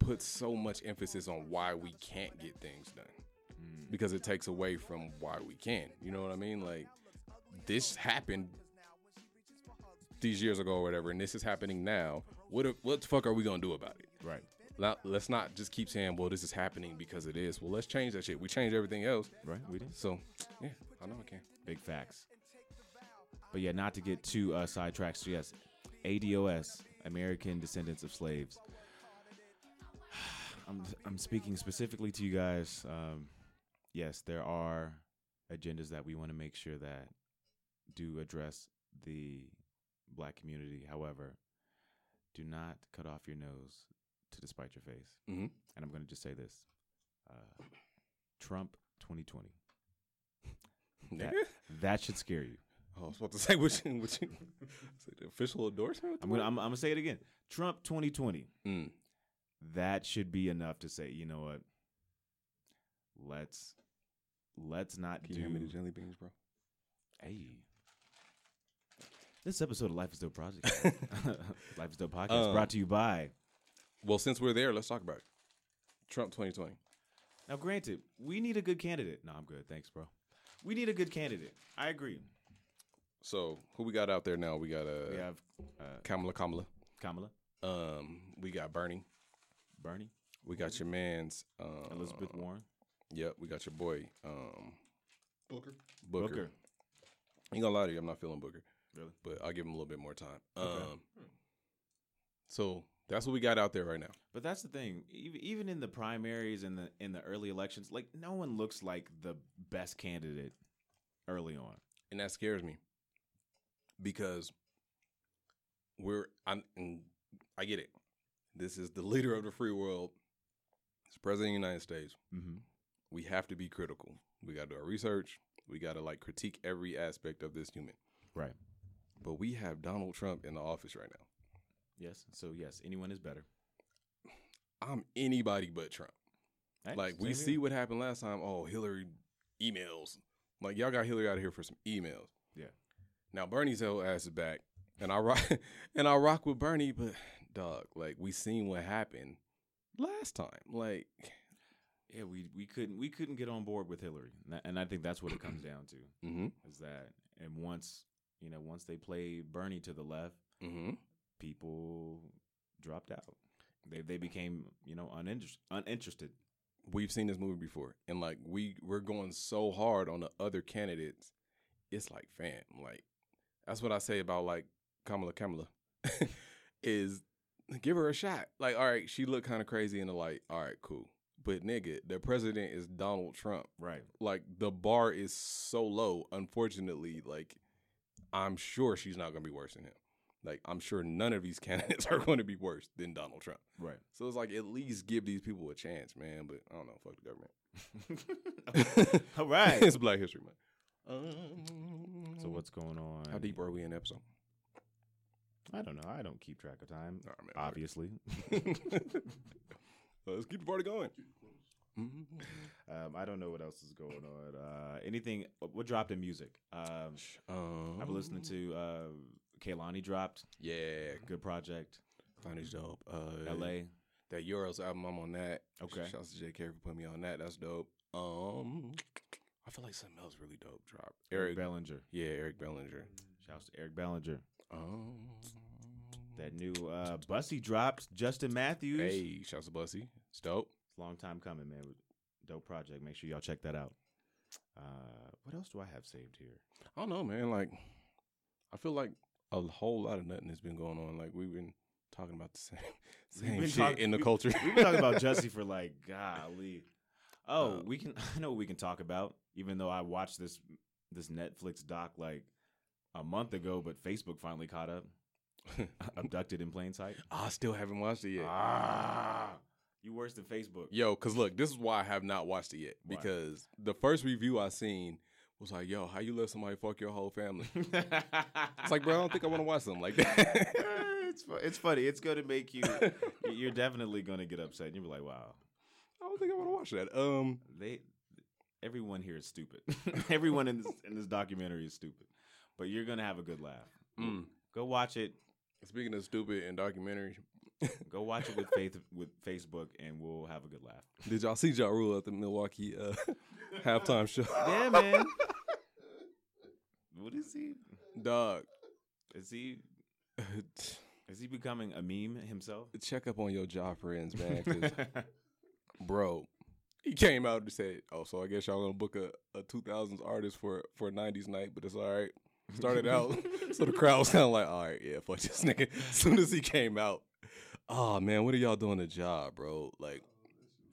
Speaker 2: put so much emphasis on why we can't get things done
Speaker 1: Mm.
Speaker 2: because it takes away from why we can. You know what I mean? Like, this happened these years ago or whatever, and this is happening now. What if, what the fuck are we gonna do about it?
Speaker 6: right.
Speaker 2: Not, let's not just keep saying, "Well, this is happening because it is." Well, let's change that shit. We change everything else,
Speaker 1: Right? We did.
Speaker 2: so yeah, I know I can.
Speaker 1: Big facts. But yeah, not to get too uh, sidetracked. So yes, ADOS, American Descendants of Slaves. I'm I'm speaking specifically to you guys. Um, yes, there are agendas that we want to make sure that do address the black community. However, do not cut off your nose to despite your face.
Speaker 2: Mhm.
Speaker 1: And I'm going to just say this: uh, Trump 2020. That,
Speaker 2: Nigga.
Speaker 1: that should scare you.
Speaker 2: Oh, I was about to say what you, what you say the official endorsement.
Speaker 1: I'm gonna I'm, I'm gonna say it again. Trump 2020.
Speaker 2: Mm.
Speaker 1: That should be enough to say, you know what? Let's let's not
Speaker 2: Can
Speaker 1: do.
Speaker 2: you hand me the jelly beans, bro?
Speaker 1: Hey. This episode of Life is Dope Project. Life is Dope Podcast
Speaker 2: Um,
Speaker 1: brought to you by.
Speaker 2: Well, since we're there, let's talk about it. Trump 2020.
Speaker 1: Now, granted, we need a good candidate. No, I'm good. Thanks, bro. We need a good candidate. I agree.
Speaker 2: So who we got out there now? We got uh,
Speaker 1: we have uh,
Speaker 2: Kamala Kamala.
Speaker 1: Kamala,
Speaker 2: Um, we got Bernie.
Speaker 1: Bernie,
Speaker 2: We got your man's um,
Speaker 1: Elizabeth Warren,
Speaker 2: Yep, we got your boy um,
Speaker 6: Booker.
Speaker 2: Booker.
Speaker 1: Booker.
Speaker 2: Ain't gonna lie to you, I'm not feeling Booker.
Speaker 1: Really?
Speaker 2: But I'll give him a little bit more time. Um, so that's what we got out there right now.
Speaker 1: But that's the thing. Even even in the primaries and the in the early elections, like no one looks like the best candidate early on.
Speaker 2: and that scares me because we're I'm and I get it. This is the leader of the free world. It's president of the United States.
Speaker 1: Mm-hmm.
Speaker 2: We have to be critical. We got to do our research. We got to like critique every aspect of this human.
Speaker 1: Right.
Speaker 2: But we have Donald Trump in the office right now.
Speaker 1: Yes. So yes, anyone is better.
Speaker 2: I'm anybody but Trump.
Speaker 1: Hey,
Speaker 2: Like we
Speaker 1: same
Speaker 2: see
Speaker 1: here.
Speaker 2: what happened last time. Oh, Hillary emails. Like y'all got Hillary out of here for some emails.
Speaker 1: Yeah.
Speaker 2: Now Bernie's whole ass is back, and I rock and I rock with Bernie. But dog, like we seen what happened last time. Like
Speaker 1: yeah, we we couldn't we couldn't get on board with Hillary, And I- and I think that's what it comes down to
Speaker 2: mm-hmm,
Speaker 1: is that and once you know once they play Bernie to the left,
Speaker 2: mm-hmm.
Speaker 1: people dropped out. They they became you know uninter- uninterested.
Speaker 2: we've seen this movie before, and like we we're going so hard on the other candidates. It's like fam, like that's what I say about like Kamala Kamala is give her a shot. Like, all right, she looked kind of crazy in the light. All right, cool. But nigga, the president is Donald Trump.
Speaker 1: Right.
Speaker 2: Like the bar is so low. Unfortunately, like I'm sure she's not gonna be worse than him. Like I'm sure none of these candidates are going to be worse than Donald Trump.
Speaker 1: Right.
Speaker 2: So it's like at least give these people a chance, man. But I don't know, fuck the government.
Speaker 1: All right.
Speaker 2: it's Black History Month. Um,
Speaker 1: so what's going on?
Speaker 2: How deep are we in the episode?
Speaker 1: I don't know. I don't keep track of time.
Speaker 2: All right, man, fuck it.
Speaker 1: Obviously,
Speaker 2: Let's keep the party going. Mhm.
Speaker 1: um, I don't know what else is going on. Uh, anything? What dropped in music? Um,
Speaker 2: Um,
Speaker 1: I've been listening to uh, Kaylani dropped.
Speaker 2: Yeah,
Speaker 1: Good project.
Speaker 2: Connie's dope. Uh,
Speaker 1: L.A.
Speaker 2: that Euros album. I'm on that.
Speaker 1: Okay.
Speaker 2: Shouts to J.K. for putting me on that. That's dope. Um, I feel like something else really dope dropped. Eric.
Speaker 1: Bellinger.
Speaker 2: yeah, Eric Bellinger.
Speaker 1: Shouts to Eric Bellinger.
Speaker 2: Um,
Speaker 1: That new uh, Bussy dropped. Justin Matthews.
Speaker 2: hey, shouts to Bussy. It's dope.
Speaker 1: Long time coming, man. Dope project. Make sure y'all check that out. Uh, what else do I have saved here?
Speaker 2: I don't know, man. Like, I feel like a whole lot of nothing has been going on. Like, we've been talking about the same,
Speaker 1: We've
Speaker 2: same
Speaker 1: been
Speaker 2: shit
Speaker 1: talk-
Speaker 2: in the
Speaker 1: we-
Speaker 2: culture.
Speaker 1: We've been talking about Jussie for like golly. Oh,
Speaker 2: Uh,
Speaker 1: we can. I know what we can talk about. Even though I watched this this Netflix doc like a month ago, but Facebook finally caught up. Abducted in plain sight.
Speaker 2: I still haven't watched it yet.
Speaker 1: Ah, you worse than Facebook.
Speaker 2: Yo, because look, this is why I have not watched it yet.
Speaker 1: Why?
Speaker 2: Because the first review I seen was like, yo, how you let somebody fuck your whole family? It's like, bro, I don't think I want to watch something like that.
Speaker 1: Eh, it's fu- it's funny. It's going to make you. You're definitely going to get upset. And you'll be like, wow,
Speaker 2: I don't think I want to watch that. Um,
Speaker 1: they everyone here is stupid. everyone in this in this documentary is stupid. But you're gonna have a good laugh.
Speaker 2: mm,
Speaker 1: Go watch it.
Speaker 2: Speaking of stupid and documentary,
Speaker 1: Go watch it with faith with Facebook, and we'll have a good laugh.
Speaker 2: did y'all see Ja Rule at the Milwaukee uh, halftime show?
Speaker 1: Yeah, man. what is he?
Speaker 2: Dog,
Speaker 1: Is he is he becoming a meme himself?
Speaker 2: check up on your Ja friends, man. 'cause bro. He came out and said, "Oh, so I guess y'all gonna book a, a 2000s artist for for a 90s night, but it's all right." Started out, so the crowd was kind of like, "All right, yeah, fuck this nigga." As soon as he came out, oh man, what are y'all doing to job, bro? Like,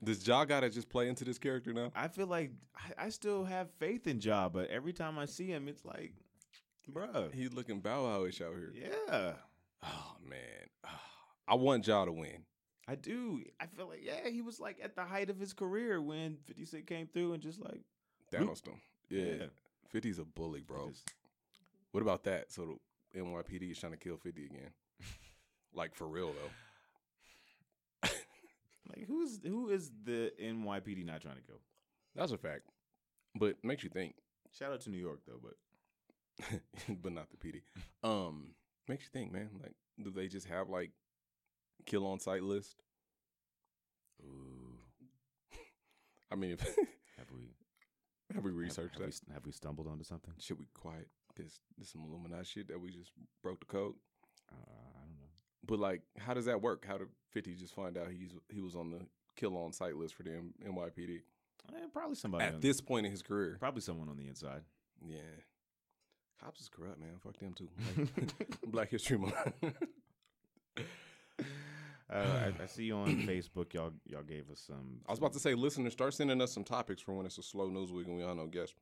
Speaker 2: does Ja gotta just play into this character now?
Speaker 1: I feel like I, I still have faith in Ja, but every time I see him, it's like, bruh,
Speaker 2: He looking bow wowish out here.
Speaker 1: yeah,
Speaker 2: Oh man, I want Ja to win.
Speaker 1: I do. I feel like yeah, he was like at the height of his career when Fifty Cent came through and just like
Speaker 2: Thanos him. Yeah.
Speaker 1: Yeah.
Speaker 2: 50's a bully, bro.
Speaker 1: Just-
Speaker 2: What about that? So the NYPD is trying to kill 50 again. like for real though.
Speaker 1: Like who's who is the NYPD not trying to kill?
Speaker 2: That's a fact. But makes you think.
Speaker 1: Shout out to New York though, but
Speaker 2: but not the PD. Um, makes you think, man. Like, do they just have like kill on site list?
Speaker 1: ooh,
Speaker 2: I mean, if
Speaker 1: have we
Speaker 2: have we
Speaker 1: have-
Speaker 2: researched
Speaker 1: have,
Speaker 2: that?
Speaker 1: we, have we stumbled onto something?
Speaker 2: Should we quiet this this some Illuminati shit that we just broke the code?
Speaker 1: Uh, I don't know.
Speaker 2: But like, how does that work? How did Fifty just find out he's he was on the kill on site list for the M- NYPD
Speaker 1: Eh, probably somebody on-
Speaker 2: at this point in his career?
Speaker 1: Probably someone on the inside.
Speaker 2: Yeah, cops is corrupt, man. Fuck them too. Like, Black History Month.
Speaker 1: Uh, I, I see on Facebook y'all y'all gave us some.
Speaker 2: I was about to say, listeners, start sending us some topics for when it's a slow news week and we all know guests.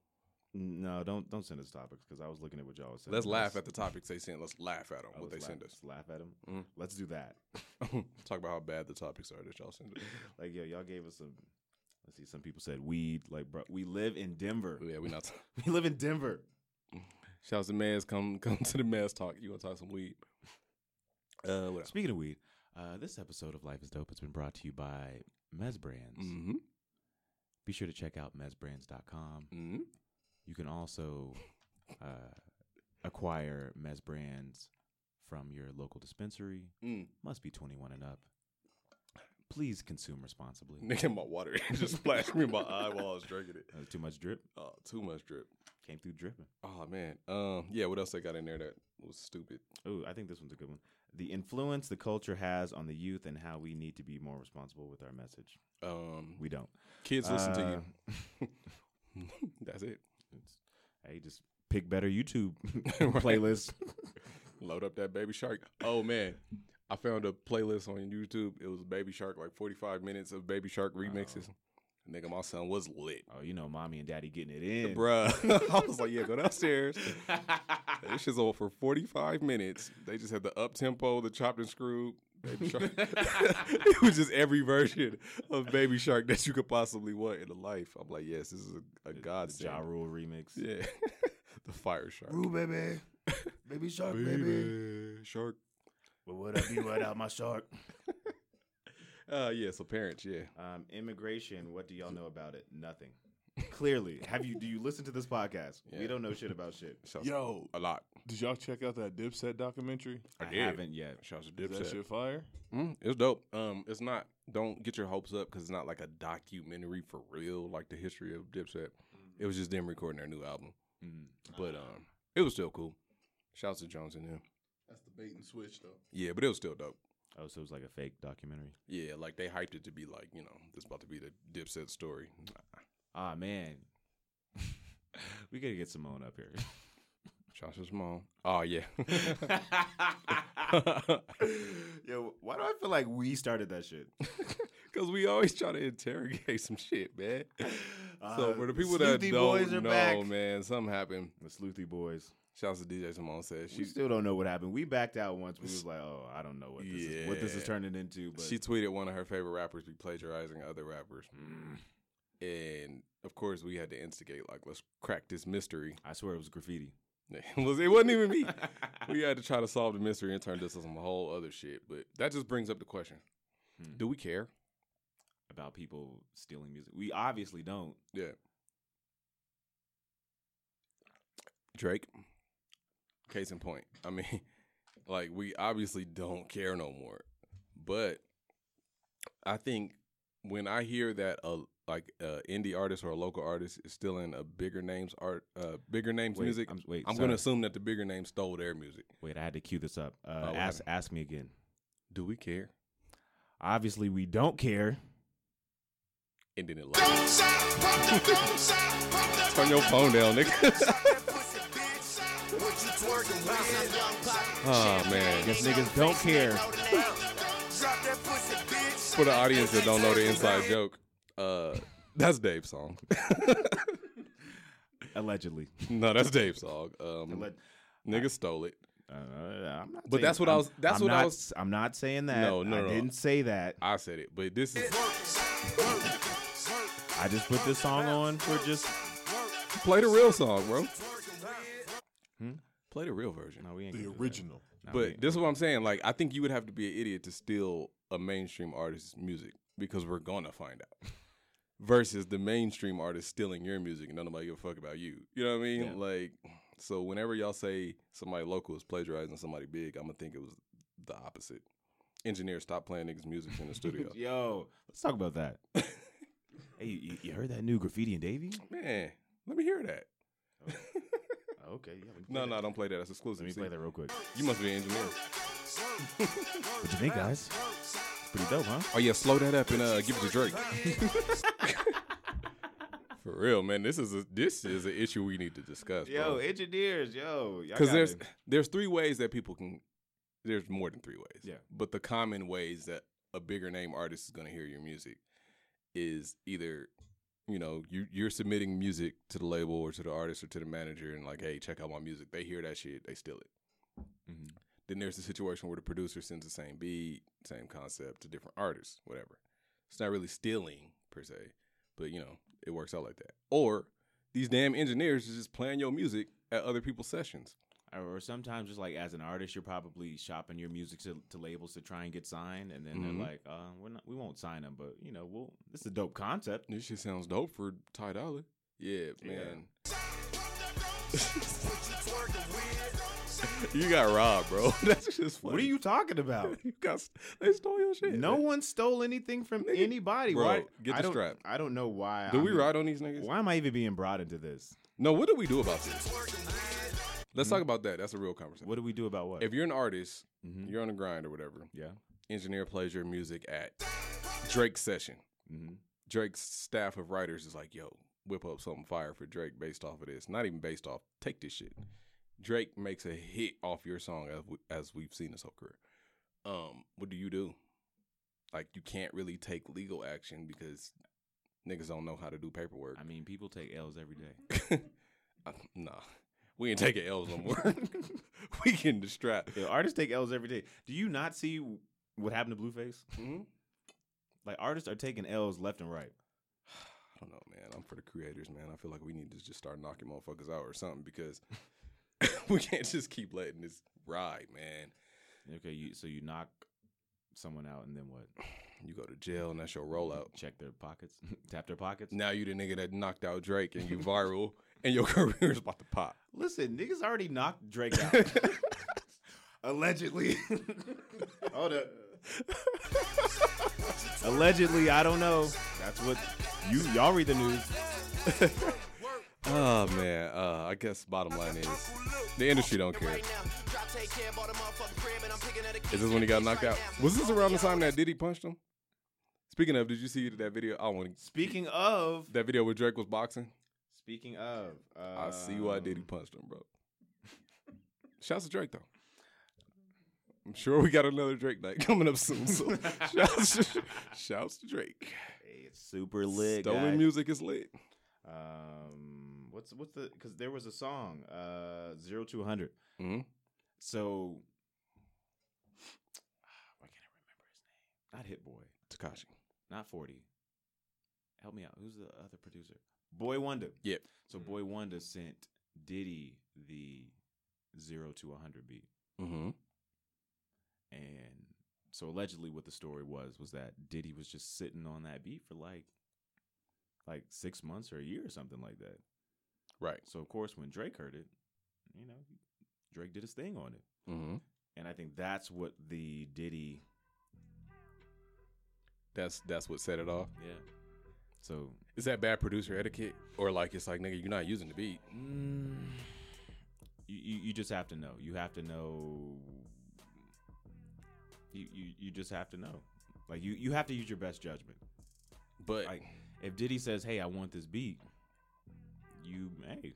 Speaker 1: No, don't don't send us topics because I was looking at what y'all said.
Speaker 2: Let's laugh at the topics they send. Let's laugh at them.
Speaker 1: Oh,
Speaker 2: what they
Speaker 1: let's
Speaker 2: send
Speaker 1: laugh-
Speaker 2: us.
Speaker 1: let's Laugh at them.
Speaker 2: Mhm.
Speaker 1: Let's do that.
Speaker 2: Talk about how bad the topics are that y'all send. us.
Speaker 1: Like yo, y'all gave us some. Let's see. Some people said weed. Like bro, we live in Denver.
Speaker 2: yeah, we not.
Speaker 1: We live in Denver.
Speaker 2: Shouts to Maz. Come come to the Maz talk. You gonna talk some weed? Uh, what else?
Speaker 1: Speaking of weed, uh, this episode of Life is Dope has been brought to you by Mez Brands.
Speaker 2: Mm-hmm.
Speaker 1: Be sure to check out mezbrands.com.
Speaker 2: Mm-hmm.
Speaker 1: You can also uh, acquire Mez Brands from your local dispensary.
Speaker 2: Mm.
Speaker 1: Must be 21 and up. Please consume responsibly.
Speaker 2: Nigga, my water just splashed me in my eye while I was drinking it.
Speaker 1: That was too much drip.
Speaker 2: Oh, too much drip.
Speaker 1: Came through dripping.
Speaker 2: Oh man. Um. Yeah. What else they got in there that was stupid?
Speaker 1: Oh, I think this one's a good one. The influence the culture has on the youth and how we need to be more responsible with our message.
Speaker 2: Um.
Speaker 1: We don't.
Speaker 2: kids listen to you. That's it.
Speaker 1: It's, hey, just pick better YouTube
Speaker 2: Right.
Speaker 1: playlists.
Speaker 2: Load up that Baby Shark. Oh man, I found a playlist on YouTube. It was Baby Shark, like 45 minutes of Baby Shark remixes. Nigga, my son was lit,
Speaker 1: Oh, you know, mommy and daddy getting it in.
Speaker 2: bruh. I was like, yeah, go downstairs. this shit's on for 45 minutes. They just had the up tempo, the chopped and screwed. Baby Shark. it was just every version of Baby Shark that you could possibly want in a life. I'm like, yes, this is a, a
Speaker 1: The Ja
Speaker 2: godsend.
Speaker 1: Rule remix.
Speaker 2: Yeah, the Fire Shark.
Speaker 7: baby. Baby shark,
Speaker 2: Baby Shark.
Speaker 7: But what up, you right out my shark?
Speaker 2: Uh, yeah. So parents, yeah.
Speaker 1: Um, immigration. What do y'all know about it? Nothing. Clearly, have you? Do you listen to this podcast?
Speaker 2: Yeah.
Speaker 1: We don't know shit about shit.
Speaker 2: Shouts-
Speaker 6: Yo,
Speaker 2: a lot.
Speaker 6: did y'all check out that Dipset documentary?
Speaker 1: I,
Speaker 2: did.
Speaker 1: haven't yet.
Speaker 2: Shouts to
Speaker 6: Is that shit fire?
Speaker 2: Mm, it's dope. Um, it's not. Don't get your hopes up because it's not like a documentary for real, like the history of Dipset. It was just them recording their new album,
Speaker 1: Mm.
Speaker 2: but um, it was still cool. Shouts to Jones and them.
Speaker 6: That's the bait and switch though.
Speaker 2: Yeah, but it was still dope.
Speaker 1: Oh, so it was like a fake documentary.
Speaker 2: Yeah, like they hyped it to be like you know this about to be the Dipset story.
Speaker 1: Ah man, we gotta get Simone up here.
Speaker 2: Shouts to Small. Oh yeah.
Speaker 1: Yo, why do I feel like we started that shit?
Speaker 2: Because we always try to interrogate some shit, man. so
Speaker 1: Uh,
Speaker 2: for the people that
Speaker 1: Sleuthy
Speaker 2: don't
Speaker 1: boys are
Speaker 2: know,
Speaker 1: back.
Speaker 2: man, something happened.
Speaker 1: The Sleuthy boys.
Speaker 2: Shouts to DJ Simone says
Speaker 1: We
Speaker 2: she
Speaker 1: still don't know what happened. We backed out once. We was like, oh, I don't know what this is. What this is
Speaker 2: Yeah.
Speaker 1: turning into. But
Speaker 2: she tweeted one of her favorite rappers be plagiarizing other rappers,
Speaker 1: Mm,
Speaker 2: and of course we had to instigate like let's crack this mystery.
Speaker 1: I swear it was graffiti.
Speaker 2: it was it wasn't even me. we had to try to solve the mystery and turn this into some whole other shit. But that just brings up the question:
Speaker 1: Hmm.
Speaker 2: Do we care?
Speaker 1: about people stealing music. We obviously don't.
Speaker 2: Yeah. Drake. Case in point. I mean, like we obviously don't care no more. But I think when I hear that a like a indie artist or a local artist is stealing a bigger names art uh bigger names
Speaker 1: Wait,
Speaker 2: music,
Speaker 1: I'm, wait,
Speaker 2: I'm going to
Speaker 1: sorry.
Speaker 2: assume that the bigger names stole their music.
Speaker 1: Wait, I had to cue this up. Uh,
Speaker 2: what
Speaker 1: ask,
Speaker 2: happened?
Speaker 1: ask me again.
Speaker 2: Do we care?
Speaker 1: Obviously, we don't care.
Speaker 2: And then it like Turn your phone down, nigga. oh man.
Speaker 1: Yes, niggas don't care.
Speaker 2: for the audience that don't know the inside joke, uh, that's Dave's song.
Speaker 1: Allegedly,
Speaker 2: no, that's Dave's song. Um,
Speaker 1: Alleg-
Speaker 2: niggas stole it.
Speaker 1: uh, I'm not.
Speaker 2: But
Speaker 1: saying-
Speaker 2: that's what I
Speaker 1: I'm-
Speaker 2: was- that's
Speaker 1: I'm
Speaker 2: what I
Speaker 1: not-
Speaker 2: was-
Speaker 1: I'm not saying that.
Speaker 2: No, no,
Speaker 1: I
Speaker 2: no.
Speaker 1: didn't say that.
Speaker 2: I said it, but this is
Speaker 1: I just put this song on for just
Speaker 2: Play the real song, bro.
Speaker 1: Hmm?
Speaker 2: Play the real version.
Speaker 1: No, we ain't
Speaker 6: The
Speaker 1: gonna do that.
Speaker 6: original.
Speaker 1: No, we
Speaker 2: But
Speaker 1: ain't-
Speaker 2: this is what I'm saying. Like, I think you would have to be an idiot to steal a mainstream artist's music because we're gonna find out. Versus the mainstream artist stealing your music and don't nobody give a fuck about you. You know what I mean?
Speaker 1: Yeah.
Speaker 2: Like, so whenever y'all say somebody local is plagiarizing somebody big, I'm gonna think it was the opposite. Engineers stop playing niggas' music in the studio.
Speaker 1: Yo, let's talk about that. hey, you, you heard that new graffiti and Davy?
Speaker 2: Man, let me hear that.
Speaker 1: Okay, yeah, we can
Speaker 2: No,
Speaker 1: play
Speaker 2: no,
Speaker 1: that.
Speaker 2: don't play that. That's exclusive.
Speaker 1: Let me
Speaker 2: See,
Speaker 1: play that real quick.
Speaker 2: You must be an engineer.
Speaker 1: What you think, guys? It's pretty dope, huh?
Speaker 2: Oh yeah, slow that up and uh, give it to Drake. For real, man. This is a, this is an issue we need to discuss,
Speaker 1: Yo,
Speaker 2: bro.
Speaker 1: engineers, yo, y'all
Speaker 2: Because there's
Speaker 1: gotta-
Speaker 2: there's three ways that people can. There's more than three ways.
Speaker 1: Yeah.
Speaker 2: But the common ways that a bigger name artist is going to hear your music is either, you know, you you're submitting music to the label or to the artist or to the manager and like, hey, check out my music. They hear that shit, they steal it.
Speaker 1: Mhm.
Speaker 2: Then there's the situation where the producer sends the same beat, same concept to different artists, whatever. It's not really stealing per se, but you know, it works out like that. Or these damn engineers is just playing your music at other people's sessions.
Speaker 1: or or sometimes just like as an artist, you're probably shopping your music to, to labels to try and get signed, and then
Speaker 2: Mhm.
Speaker 1: they're like, uh, we're not, we won't sign them, but you know, we'll. This is a dope concept.
Speaker 2: This shit sounds dope for Ty Dolla. Yeah, man. you got robbed, bro. That's just funny.
Speaker 1: What are you talking about?
Speaker 2: you got? They stole your shit.
Speaker 1: no
Speaker 2: man.
Speaker 1: one stole anything from
Speaker 2: Nigga,
Speaker 1: anybody.
Speaker 2: bro,
Speaker 1: Why-
Speaker 2: get
Speaker 1: I
Speaker 2: the
Speaker 1: don't,
Speaker 2: strap.
Speaker 1: I don't know why.
Speaker 2: Do
Speaker 1: I
Speaker 2: we
Speaker 1: mean,
Speaker 2: ride on these niggas?
Speaker 1: Why am I even being brought into this?
Speaker 2: No. What do we do about this? Let's talk about that. That's a real conversation.
Speaker 1: Mm-hmm. What do we do about what?
Speaker 2: If you're an artist,
Speaker 1: Mhm.
Speaker 2: you're on the grind or whatever.
Speaker 1: yeah.
Speaker 2: Engineer plays your music at Drake's session.
Speaker 1: hmm
Speaker 2: Drake's staff of writers is like, yo, whip up something fire for Drake based off of this. Not even based off. Take this shit. Drake makes a hit off your song as, we, as we've seen his whole career. Um, what do you do? Like, you can't really take legal action because niggas don't know how to do paperwork.
Speaker 1: I mean, people take L's every day.
Speaker 2: Uh, nah, we ain't taking L's no more. we can distract.
Speaker 1: Yeah, artists take L's every day. Do you not see what happened to Blueface?
Speaker 2: Mhm.
Speaker 1: Like artists are taking L's left and right.
Speaker 2: I don't know, man. I'm for the creators, man. I feel like we need to just start knocking motherfuckers out or something because we can't just keep letting this ride, man.
Speaker 1: Okay, you so you knock someone out and then what?
Speaker 2: You go to jail and that's your rollout.
Speaker 1: Check their pockets, tap their pockets.
Speaker 2: Now you the nigga that knocked out Drake and you viral and your career is about to pop.
Speaker 1: Listen, niggas already knocked Drake out. Allegedly. Hold up. Allegedly, I don't know. That's what you y'all read the news.
Speaker 2: Oh man, uh, I guess bottom line is the industry don't care. Is this when he got knocked out? Was this around the time that Diddy punched him? Speaking of, did you see that video? I want
Speaker 1: Speaking of,
Speaker 2: that video where Drake was boxing.
Speaker 1: speaking of,
Speaker 2: I see why Diddy
Speaker 1: um,
Speaker 2: punched him, bro. Shouts to Drake though. I'm sure we got another Drake night coming up soon. So shouts, to, shouts to Drake.
Speaker 1: Hey, it's super lit.
Speaker 2: Stolen
Speaker 1: guys.
Speaker 2: music is lit.
Speaker 1: Um, what's what's the? Because there was a song, uh, zero two hundred.
Speaker 2: Mhm.
Speaker 1: So, why can't I remember his name? Not Hit Boy.
Speaker 2: Takashi.
Speaker 1: Not forty. Help me out. Who's the other producer? Boy Wonder.
Speaker 2: Yep.
Speaker 1: So Boy Wonder sent Diddy the zero to one hundred beat.
Speaker 2: Mm-hmm.
Speaker 1: And so allegedly what the story was was that Diddy was just sitting on that beat for like like six months or a year or something like that.
Speaker 2: Right.
Speaker 1: So of course when Drake heard it, you know, Drake did his thing on it.
Speaker 2: Mm-hmm.
Speaker 1: And I think that's what the Diddy
Speaker 2: That's that's what set it off.
Speaker 1: Yeah. So
Speaker 2: Is that bad producer etiquette, or like it's like nigga, you're not using the beat?
Speaker 1: mm, you, you you just have to know. You have to know you, you, you just have to know. Like you, you have to use your best judgment.
Speaker 2: But
Speaker 1: Like if Diddy says, "Hey, I want this beat," you hey,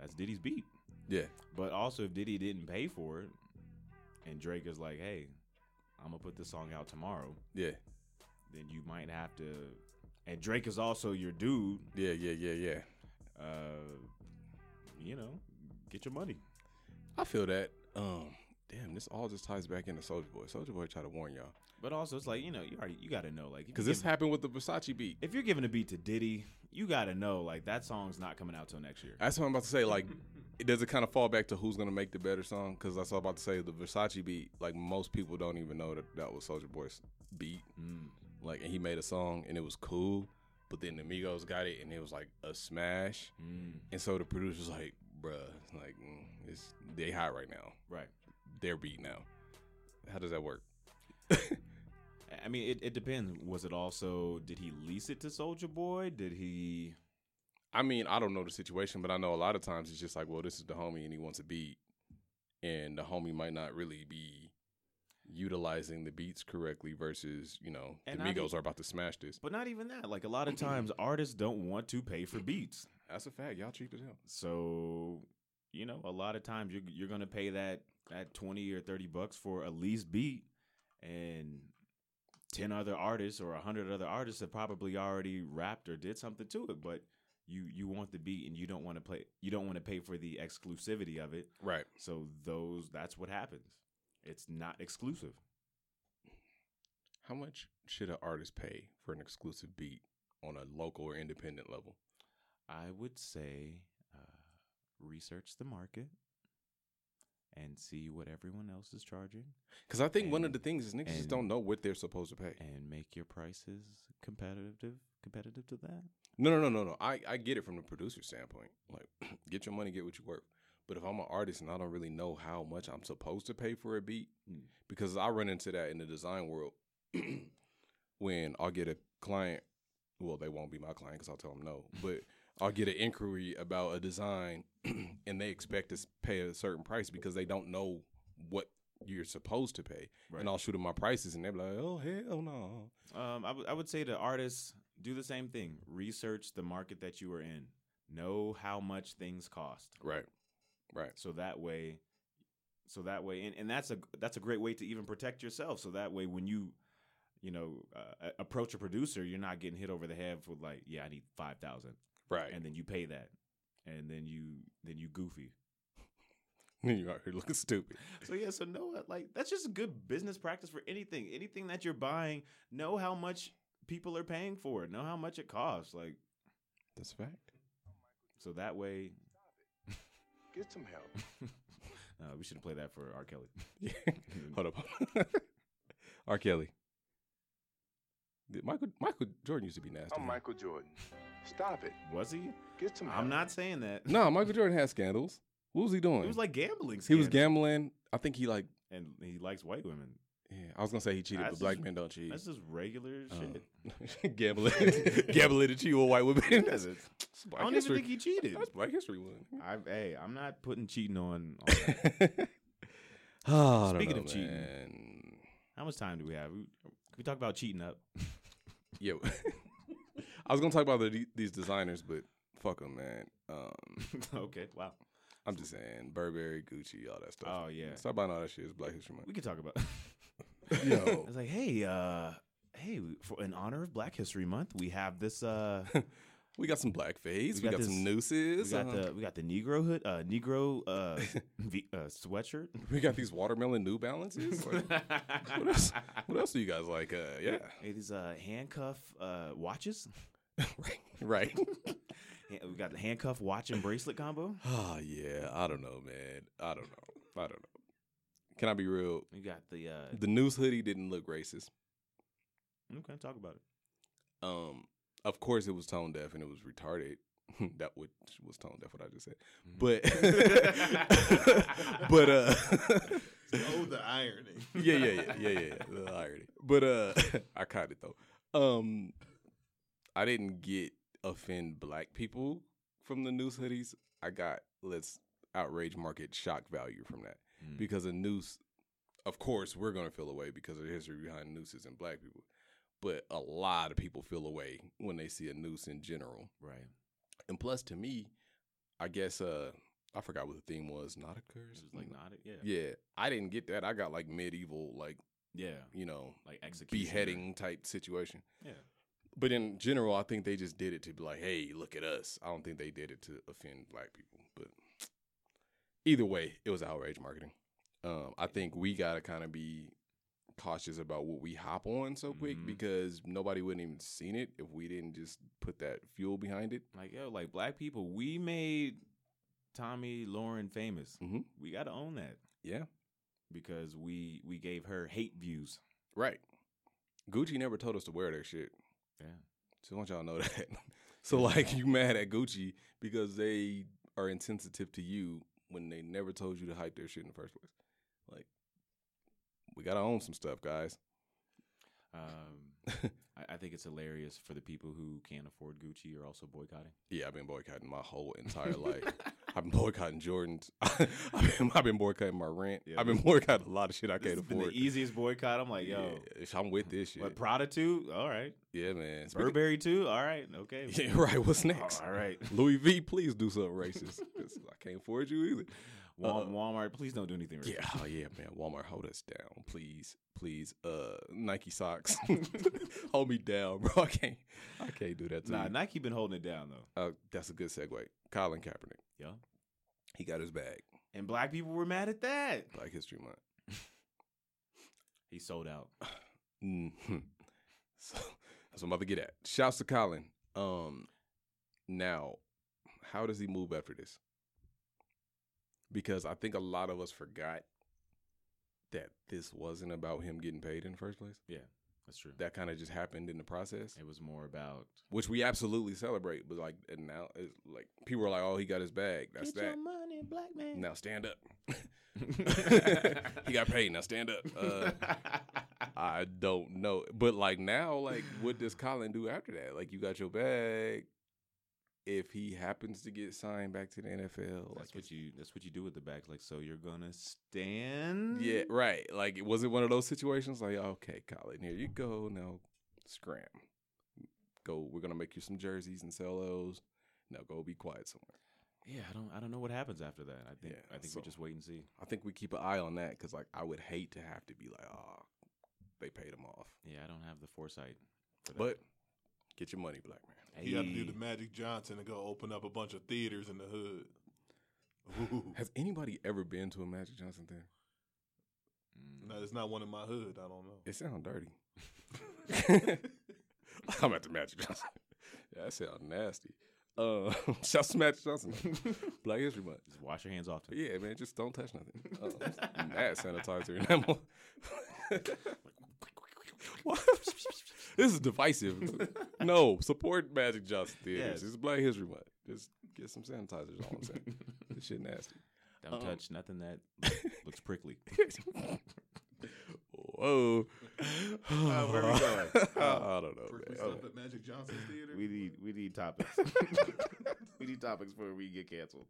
Speaker 1: that's Diddy's beat.
Speaker 2: yeah,
Speaker 1: But also, if Diddy didn't pay for it, and Drake is like, "Hey, I'm gonna put this song out tomorrow,"
Speaker 2: yeah,
Speaker 1: then you might have to. And Drake is also your dude.
Speaker 2: yeah, yeah, yeah, yeah.
Speaker 1: Uh, you know, get your money.
Speaker 2: I feel that. Um, damn, this all just ties back into Soldier Boy. Soldier Boy tried to warn y'all
Speaker 1: But also, it's like you know, you already you got to know like if
Speaker 2: because
Speaker 1: you're
Speaker 2: this
Speaker 1: giving-
Speaker 2: happened with the Versace beat.
Speaker 1: if you're giving a beat to Diddy, you got to know like that song's not coming out till next year.
Speaker 2: That's what I'm about to say. Like, it does it kind of fall back to who's gonna make the better song? Because that's what I'm about to say. The Versace beat, like most people don't even know that that was Soldier Boy's beat.
Speaker 1: Mm,
Speaker 2: Like, and he made a song and it was cool, but then the Migos got it and it was like a smash.
Speaker 1: mm,
Speaker 2: And so the producer's like, "Bruh, like mm, it's they hot right now.
Speaker 1: Right.
Speaker 2: Their beat now. How does that work?
Speaker 1: I mean, it, it depends. Was it also did he lease it to Soldier Boy? Did he?
Speaker 2: I mean, I don't know the situation, but I know a lot of times it's just like, well, this is the homie and he wants a beat, and the homie might not really be utilizing the beats correctly versus, you know,
Speaker 1: And
Speaker 2: the
Speaker 1: I
Speaker 2: Migos
Speaker 1: think-
Speaker 2: are about to smash this.
Speaker 1: But not even that. Like a lot of times, artists don't want to pay for beats.
Speaker 2: That's a fact. Y'all cheap as hell.
Speaker 1: So, you know, a lot of times you're you're gonna pay that that twenty or thirty bucks for a lease beat, and ten other artists or a hundred other artists have probably already rapped or did something to it, but you you want the beat and you don't want to play you don't want to pay for the exclusivity of it.
Speaker 2: Right.
Speaker 1: So those that's what happens. It's not exclusive.
Speaker 2: How much should an artist pay for an exclusive beat on a local or independent level?
Speaker 1: I would say uh, research the market and see what everyone else is charging
Speaker 2: Because I think one of
Speaker 1: And-
Speaker 2: the things is niggas just
Speaker 1: and-
Speaker 2: don't know what they're supposed to pay.
Speaker 1: and make your prices competitive competitive to that.
Speaker 2: No, no, no, no, no. I, I get it from the producer standpoint. Like, get your money, get what you worth. But if I'm an artist and I don't really know how much I'm supposed to pay for a beat,
Speaker 1: Mm.
Speaker 2: because I run into that in the design world when I'll get a client. Well, they won't be my client because I'll tell them no. But I'll get an inquiry about a design, and they expect to s- pay a certain price because they don't know what you're supposed to pay.
Speaker 1: Right.
Speaker 2: And I'll shoot them my prices, and they're like, "Oh hell no!"
Speaker 1: Um, I would- I would say to artists do the same thing. Research the market that you are in. Know how much things cost.
Speaker 2: Right, right.
Speaker 1: So that way, so that way, and, and that's a that's a great way to even protect yourself. So that way, when you you know uh, a- approach a producer, you're not getting hit over the head with like, yeah, I need five thousand,
Speaker 2: Right.
Speaker 1: and then you pay that, and then you then you goofy.
Speaker 2: you out here looking stupid.
Speaker 1: So yeah, so know it, like that's just good business practice for anything. Anything that you're buying, know how much people are paying for it. Know how much it costs. Like
Speaker 2: That's a fact.
Speaker 1: so that way,
Speaker 2: Get some help.
Speaker 1: uh, we should have played that for R. Kelly.
Speaker 2: Hold up. R. Kelly. Did Michael Michael Jordan used to be
Speaker 1: Oh,
Speaker 2: nasty. huh?
Speaker 3: Jordan. Stop it.
Speaker 1: Was he?
Speaker 3: Get some
Speaker 1: I'm not saying that.
Speaker 2: No, Michael Jordan had scandals. What was he doing?
Speaker 1: It was like gambling.
Speaker 2: he was
Speaker 1: scandal.
Speaker 2: gambling. I think he like.
Speaker 1: and he likes white women.
Speaker 2: Yeah, I was gonna say he cheated,
Speaker 1: That's
Speaker 2: but black
Speaker 1: just-
Speaker 2: men don't cheat.
Speaker 1: That's just regular shit.
Speaker 2: Uh, gambling, gambling to cheat with white women. That's,
Speaker 1: it?
Speaker 2: that's
Speaker 1: I
Speaker 2: black
Speaker 1: don't
Speaker 2: history.
Speaker 1: even think he cheated.
Speaker 2: That's Black History one.
Speaker 1: I, hey, I'm not putting cheating on. on that.
Speaker 2: oh, I don't
Speaker 1: Speaking
Speaker 2: know,
Speaker 1: of cheating.
Speaker 2: man.
Speaker 1: How much time do we have? We, we talk about cheating up.
Speaker 2: Yeah. I was gonna talk about the, these designers, but fuck them, man. Um,
Speaker 1: okay, wow.
Speaker 2: I'm just saying Burberry, Gucci, all that stuff.
Speaker 1: Oh yeah,
Speaker 2: Stop buying all that shit. It's Black History Month.
Speaker 1: we could talk about.
Speaker 6: Yo,
Speaker 1: It's like, hey, uh, hey, for in honor of Black History Month, we have this. Uh,
Speaker 2: We got some blackface.
Speaker 1: We
Speaker 2: We
Speaker 1: got
Speaker 2: got,
Speaker 1: this-
Speaker 2: some
Speaker 1: we
Speaker 2: nooses.
Speaker 1: got
Speaker 2: uh,
Speaker 1: the we got the Negro hood, uh, Negro uh, v, uh sweatshirt.
Speaker 2: we got these watermelon New Balances. Like, what else? What else do you guys like? Uh, yeah,
Speaker 1: Hey, these uh, handcuff uh, watches.
Speaker 2: right, right.
Speaker 1: Yeah, We got the handcuff watch and bracelet combo.
Speaker 2: oh yeah, I don't know, man. I don't know. I don't know. Can I be real?
Speaker 1: We got the uh,
Speaker 2: The noose hoodie didn't look racist.
Speaker 1: okay, talk about it.
Speaker 2: Um, of course it was tone deaf and it was retarded. that which was tone deaf. What I just said, but but uh.
Speaker 7: Oh, the irony.
Speaker 2: yeah, yeah, yeah, yeah, yeah. yeah. The irony. But uh, I caught it though. Um, I didn't get offend black people from the noose hoodies. I got let's outrage market shock value from that
Speaker 1: Mm.
Speaker 2: because a noose. Of course, we're gonna feel away because of the history behind nooses and black people. But a lot of people feel away when they see a noose in general.
Speaker 1: Right.
Speaker 2: And plus, to me, I guess uh, I forgot what the theme was. Not
Speaker 1: It
Speaker 2: occurs.
Speaker 1: was like not Mm. yeah.
Speaker 2: Yeah, I didn't get that. I got like medieval, like
Speaker 1: Yeah.
Speaker 2: you know,
Speaker 1: Like execution.
Speaker 2: beheading type situation.
Speaker 1: Yeah.
Speaker 2: But in general, I think they just did it to be like, hey, look at us. I don't think they did it to offend black people. But either way, it was outrage marketing. um, I think we gotta kind of be cautious about what we hop on so quick
Speaker 1: Mhm.
Speaker 2: because nobody wouldn't even seen it if we didn't just put that fuel behind it.
Speaker 1: Like yo, like black people, we made Tommy Lauren famous.
Speaker 2: Mhm.
Speaker 1: We got to own that
Speaker 2: Yeah,
Speaker 1: because we we gave her hate views.
Speaker 2: right. Gucci never told us to wear their shit.
Speaker 1: Yeah,
Speaker 2: Just want y'all to know that. so like you mad at Gucci because they are insensitive to you when they never told you to hype their shit in the first place. Like we gotta own some stuff, guys.
Speaker 1: um, I, I think it's hilarious for the people who can't afford Gucci are also boycotting.
Speaker 2: Yeah, I've been boycotting my whole entire life. I've been boycotting Jordans. I've, been, I've been boycotting my rent.
Speaker 1: Yeah,
Speaker 2: I've been
Speaker 1: this-
Speaker 2: boycotting a lot of shit I
Speaker 1: This
Speaker 2: can't
Speaker 1: has been
Speaker 2: afford.
Speaker 1: the easiest boycott. I'm like, yo,
Speaker 2: Yeah, if I'm with this shit.
Speaker 1: what Prada too? All right,
Speaker 2: yeah, man. Speaking-
Speaker 1: Burberry too? All right, okay.
Speaker 2: Yeah, right.
Speaker 1: Oh,
Speaker 2: What's next?
Speaker 1: All right,
Speaker 2: Louis V, please do something racist. 'cause I can't afford you either.
Speaker 1: Wal-
Speaker 2: Uh,
Speaker 1: Walmart. Please don't do anything. Racist.
Speaker 2: Yeah, oh yeah, man. Walmart, hold us down, please, please. Uh, Nike socks, hold me down, bro. I can't, I can't do that to
Speaker 1: Nah,
Speaker 2: you.
Speaker 1: Nike been holding it down though.
Speaker 2: uh, that's a good segue. Colin Kaepernick.
Speaker 1: Yeah.
Speaker 2: he got his bag.
Speaker 1: And black people were mad at that.
Speaker 2: Black History Month.
Speaker 1: He sold out.
Speaker 2: hmm So that's what I'm about to get at. Shouts to Colin. Um, now, how does he move after this? Because I think a lot of us forgot that this wasn't about him getting paid in the first place.
Speaker 1: That's true.
Speaker 2: That kind of just happened in the process.
Speaker 1: It was more about
Speaker 2: which we absolutely celebrate. But like, and now it's like people are like, "Oh, he got his bag. That's that."
Speaker 1: money, black man.
Speaker 2: Now stand up. he got paid. Now stand up. Uh, I don't know, but like now, like what does Colin do after that? Like you got your bag. If he happens to get signed back to the NFL,
Speaker 1: that's
Speaker 2: like
Speaker 1: what you. That's what you do with the bags. Like, so you're gonna stand.
Speaker 2: yeah, right. Like it wasn't one of those situations. Like okay, Colin, here you go. Now scram. Go. We're gonna make you some jerseys and sell those. Now go be quiet somewhere.
Speaker 1: Yeah. I don't. I don't know what happens after that. I think.
Speaker 2: Yeah,
Speaker 1: I think
Speaker 2: so-
Speaker 1: we just wait and see.
Speaker 2: I think we keep an eye on that because like I would hate to have to be like, oh, they paid him off.
Speaker 1: Yeah. I don't have the foresight. for that.
Speaker 2: But get your money, black man.
Speaker 6: You got to do
Speaker 1: Hey.
Speaker 6: the Magic Johnson and go open up a bunch of theaters in the hood. Ooh.
Speaker 2: Has anybody ever been to a Magic Johnson thing?
Speaker 1: Mm.
Speaker 6: No, it's not one in my hood. I don't know.
Speaker 2: It sounds dirty. I'm at the Magic Johnson. Yeah, that sounds nasty. Uh, shout to Magic Johnson. black History Month.
Speaker 1: Just wash your hands often.
Speaker 2: Yeah, man, just don't touch nothing. Uh, that sanitizer enamel. What? this is divisive. no, support Magic Johnson theaters.
Speaker 1: Yes.
Speaker 2: It's Black History Month. Just get some sanitizers. All I'm saying. this shit nasty.
Speaker 1: Don't
Speaker 2: Um,
Speaker 1: touch nothing that looks prickly.
Speaker 2: Whoa.
Speaker 1: Uh, where we going? Uh,
Speaker 2: I don't know. man.
Speaker 6: at Magic Johnson Theater.
Speaker 1: We need we need topics. we need topics before we get canceled.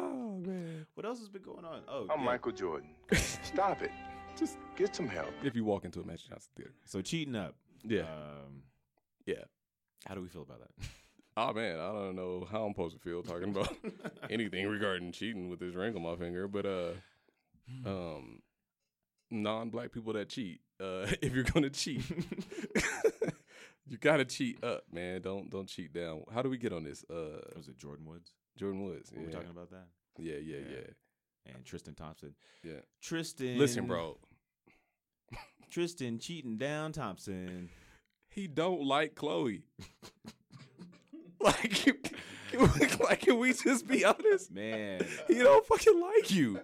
Speaker 2: Oh man.
Speaker 1: What else has been going on? Oh,
Speaker 3: I'm
Speaker 1: yeah.
Speaker 3: Michael Jordan. Stop it. Just get some help.
Speaker 2: If you walk into a Magic Johnson theater, Uh,
Speaker 1: So cheating up.
Speaker 2: yeah.
Speaker 1: Um,
Speaker 2: Yeah.
Speaker 1: How do we feel about that?
Speaker 2: Oh man, I don't know how I'm supposed to feel talking about anything regarding cheating with this ring on my finger, but uh um non-black people that cheat, uh if you're going to cheat, you got to cheat up, man. Don't don't cheat down. How do we get on this uh
Speaker 1: Was it Jordan Woods?
Speaker 2: Jordan Woods?
Speaker 1: Were
Speaker 2: yeah.
Speaker 1: we talking about that?
Speaker 2: yeah, yeah,
Speaker 1: Yeah.
Speaker 2: yeah,
Speaker 1: And Tristan Thompson.
Speaker 2: yeah.
Speaker 1: Tristan.
Speaker 2: Listen, bro.
Speaker 1: Tristan cheating down Thompson.
Speaker 2: He don't like Chloe. like can, can, like can we just be honest?
Speaker 1: Man.
Speaker 2: He don't fucking like you.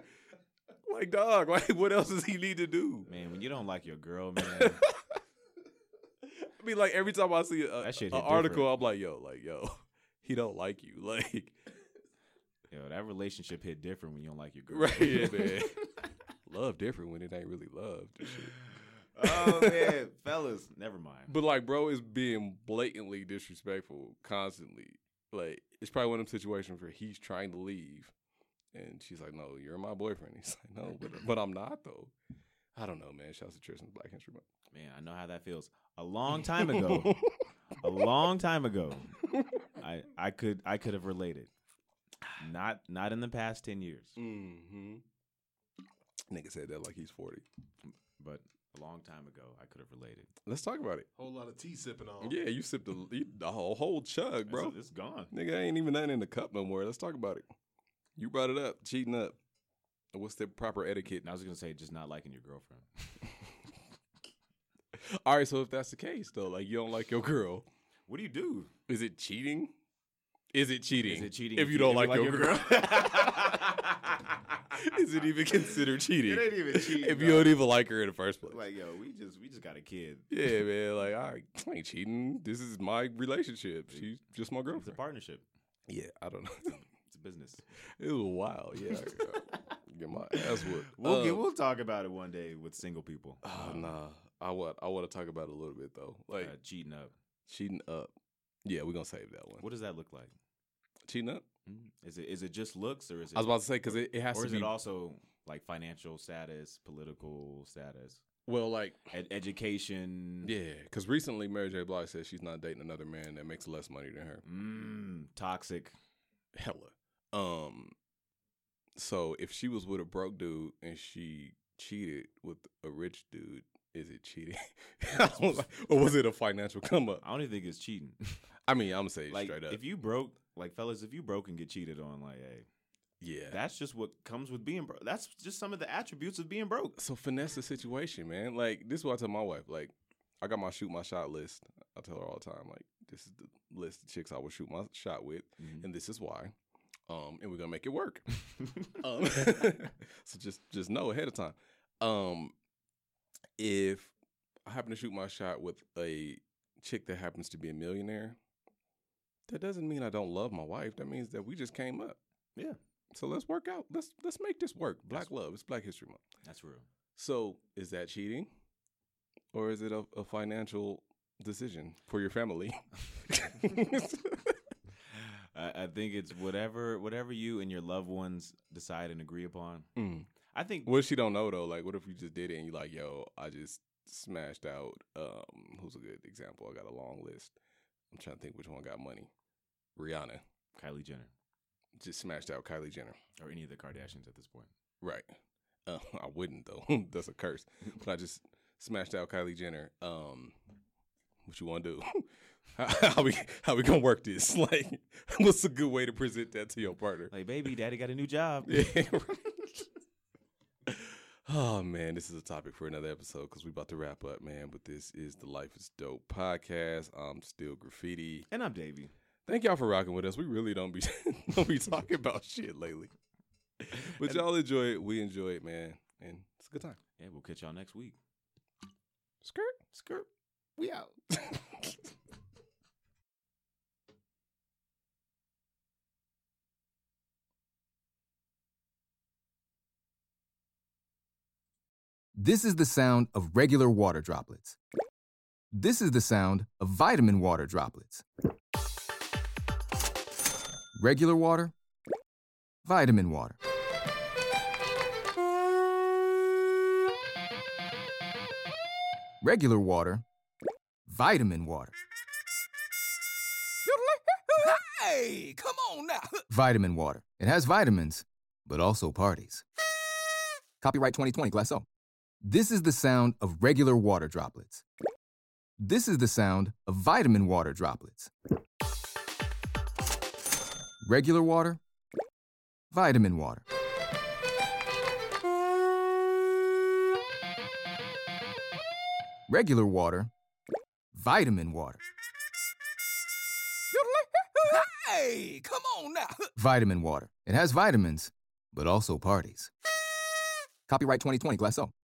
Speaker 2: Like dog, like what else does he need to do?
Speaker 1: Man, when you don't like your girl, man.
Speaker 2: I mean, like every time I see a,
Speaker 1: That shit
Speaker 2: a
Speaker 1: hit
Speaker 2: article,
Speaker 1: different.
Speaker 2: I'm like, yo, like yo, he don't like you, like
Speaker 1: yo, that relationship hit different when you don't like your girl.
Speaker 2: right, yeah, man. love different when it ain't really love.
Speaker 1: oh man, fellas. Never mind.
Speaker 2: But like, bro is being blatantly disrespectful constantly. Like it's probably one of them situations where he's trying to leave, and she's like, "No, you're my boyfriend." He's like, "No, but, but I'm not though." I don't know, man. Shouts to Tristan Black History Month.
Speaker 1: man, I know how that feels. A long time ago. a long time ago. I I could I could have related. Not not in the past ten years,
Speaker 2: Mm-hmm. Nigga said that like he's 40.
Speaker 1: but a long time ago I could have related.
Speaker 2: Let's talk about it.
Speaker 6: Whole lot of tea sipping on.
Speaker 2: Yeah, you sipped the, you, the whole, whole chug, bro.
Speaker 1: it's, it's gone.
Speaker 2: Nigga, ain't even nothing in the cup no more. Let's talk about it. You brought it up, cheating up. What's the proper etiquette?
Speaker 1: And I was gonna say just not liking your girlfriend.
Speaker 2: All right, so if that's the case though, like you don't like your girl,
Speaker 1: What do you do?
Speaker 2: is it cheating? Is it cheating?
Speaker 1: Is it cheating
Speaker 2: if you don't like, your, girl?
Speaker 1: girl?
Speaker 2: is it even considered cheating?
Speaker 1: It ain't even cheating,
Speaker 2: if you
Speaker 1: bro.
Speaker 2: don't even like her in the first place.
Speaker 1: like, yo, we just we just got a kid.
Speaker 2: yeah, man. Like, I I ain't cheating. This is my relationship. She's just my
Speaker 1: It's a
Speaker 2: girlfriend.
Speaker 1: partnership.
Speaker 2: Yeah, I don't know.
Speaker 1: It's a business.
Speaker 2: it was wild. Yeah, get my ass whooped.
Speaker 1: We'll
Speaker 2: Uh,
Speaker 1: get, we'll talk about it one day with single people. Um,
Speaker 2: Oh, nah, I want I want to talk about it a little bit though, like
Speaker 1: uh, cheating up.
Speaker 2: cheating up. Yeah, we're gonna save that one.
Speaker 1: What does that look like?
Speaker 2: Cheating up?
Speaker 1: Mm. Is it is it just looks or is it?
Speaker 2: I was about to say because it, it has
Speaker 1: or
Speaker 2: to
Speaker 1: is
Speaker 2: be
Speaker 1: it also like financial status, political status,
Speaker 2: well, like
Speaker 1: ed- education?
Speaker 2: yeah, because recently Mary J. Blige said she's not dating another man that makes less money than her.
Speaker 1: Mm, toxic.
Speaker 2: Hella. Um, so if she was with a broke dude and she cheated with a rich dude, is it cheating? I was like, or was it a financial come up?
Speaker 1: I don't even think it's cheating.
Speaker 2: I mean, I'm saying
Speaker 1: like
Speaker 2: straight up.
Speaker 1: if you broke, like fellas, if you broke and get cheated on, like hey,
Speaker 2: yeah,
Speaker 1: that's just what comes with being broke. That's just some of the attributes of being broke.
Speaker 2: so finesse the situation, man. Like this is what I tell my wife. Like I got my shoot my shot list. I tell her all the time. Like this is the list of chicks I will shoot my shot with, and this is why. Um, and we're gonna make it work. um, so just just know ahead of time. Um, if I happen to shoot my shot with a chick that happens to be a millionaire, that doesn't mean I don't love my wife. That means that we just came up.
Speaker 1: Yeah.
Speaker 2: So let's work out. Let's let's make this work. Black love. It's Black History Month.
Speaker 1: That's real.
Speaker 2: So is that cheating? Or is it a, a financial decision for your family?
Speaker 1: I, I think it's whatever whatever you and your loved ones decide and agree upon.
Speaker 2: Mm.
Speaker 1: I think
Speaker 2: What if she don't know though? Like what if you just did it and you like, yo, I just smashed out um who's a good example? I got a long list. I'm trying to think which one got money. Rihanna.
Speaker 1: Kylie Jenner
Speaker 2: Just smashed out Kylie Jenner.
Speaker 1: or any of the Kardashians at this point.
Speaker 2: Right. Uh, I wouldn't though. That's a curse. But I just smashed out Kylie Jenner. Um, what you want to do? how, how we how we gonna work this? Like, what's a good way to present that to your partner?
Speaker 1: Like, baby, daddy got a new job.
Speaker 2: Yeah. right. oh man, this is a topic for another episode because we about to wrap up, man. But this is the Life Is Dope podcast. I'm still graffiti.
Speaker 1: And I'm Davey.
Speaker 2: Thank y'all for rocking with us. We really don't be don't be talking about shit lately, but y'all enjoy it. We enjoy it, man, and it's a good time.
Speaker 1: Yeah, we'll catch y'all next week.
Speaker 2: Skirt, skirt. We out.
Speaker 8: This is the sound of regular water droplets. This is the sound of vitamin water droplets. Regular water, vitamin water. Regular water, vitamin water. Hey, come on now. Vitamin water. It has vitamins, but also parties. Copyright 2020, Glasso. This is the sound of regular water droplets. This is the sound of vitamin water droplets. Regular water, vitamin water. Regular water, vitamin water. Hey, come on now. Vitamin water. It has vitamins, but also parties. Copyright 2020, Glasso.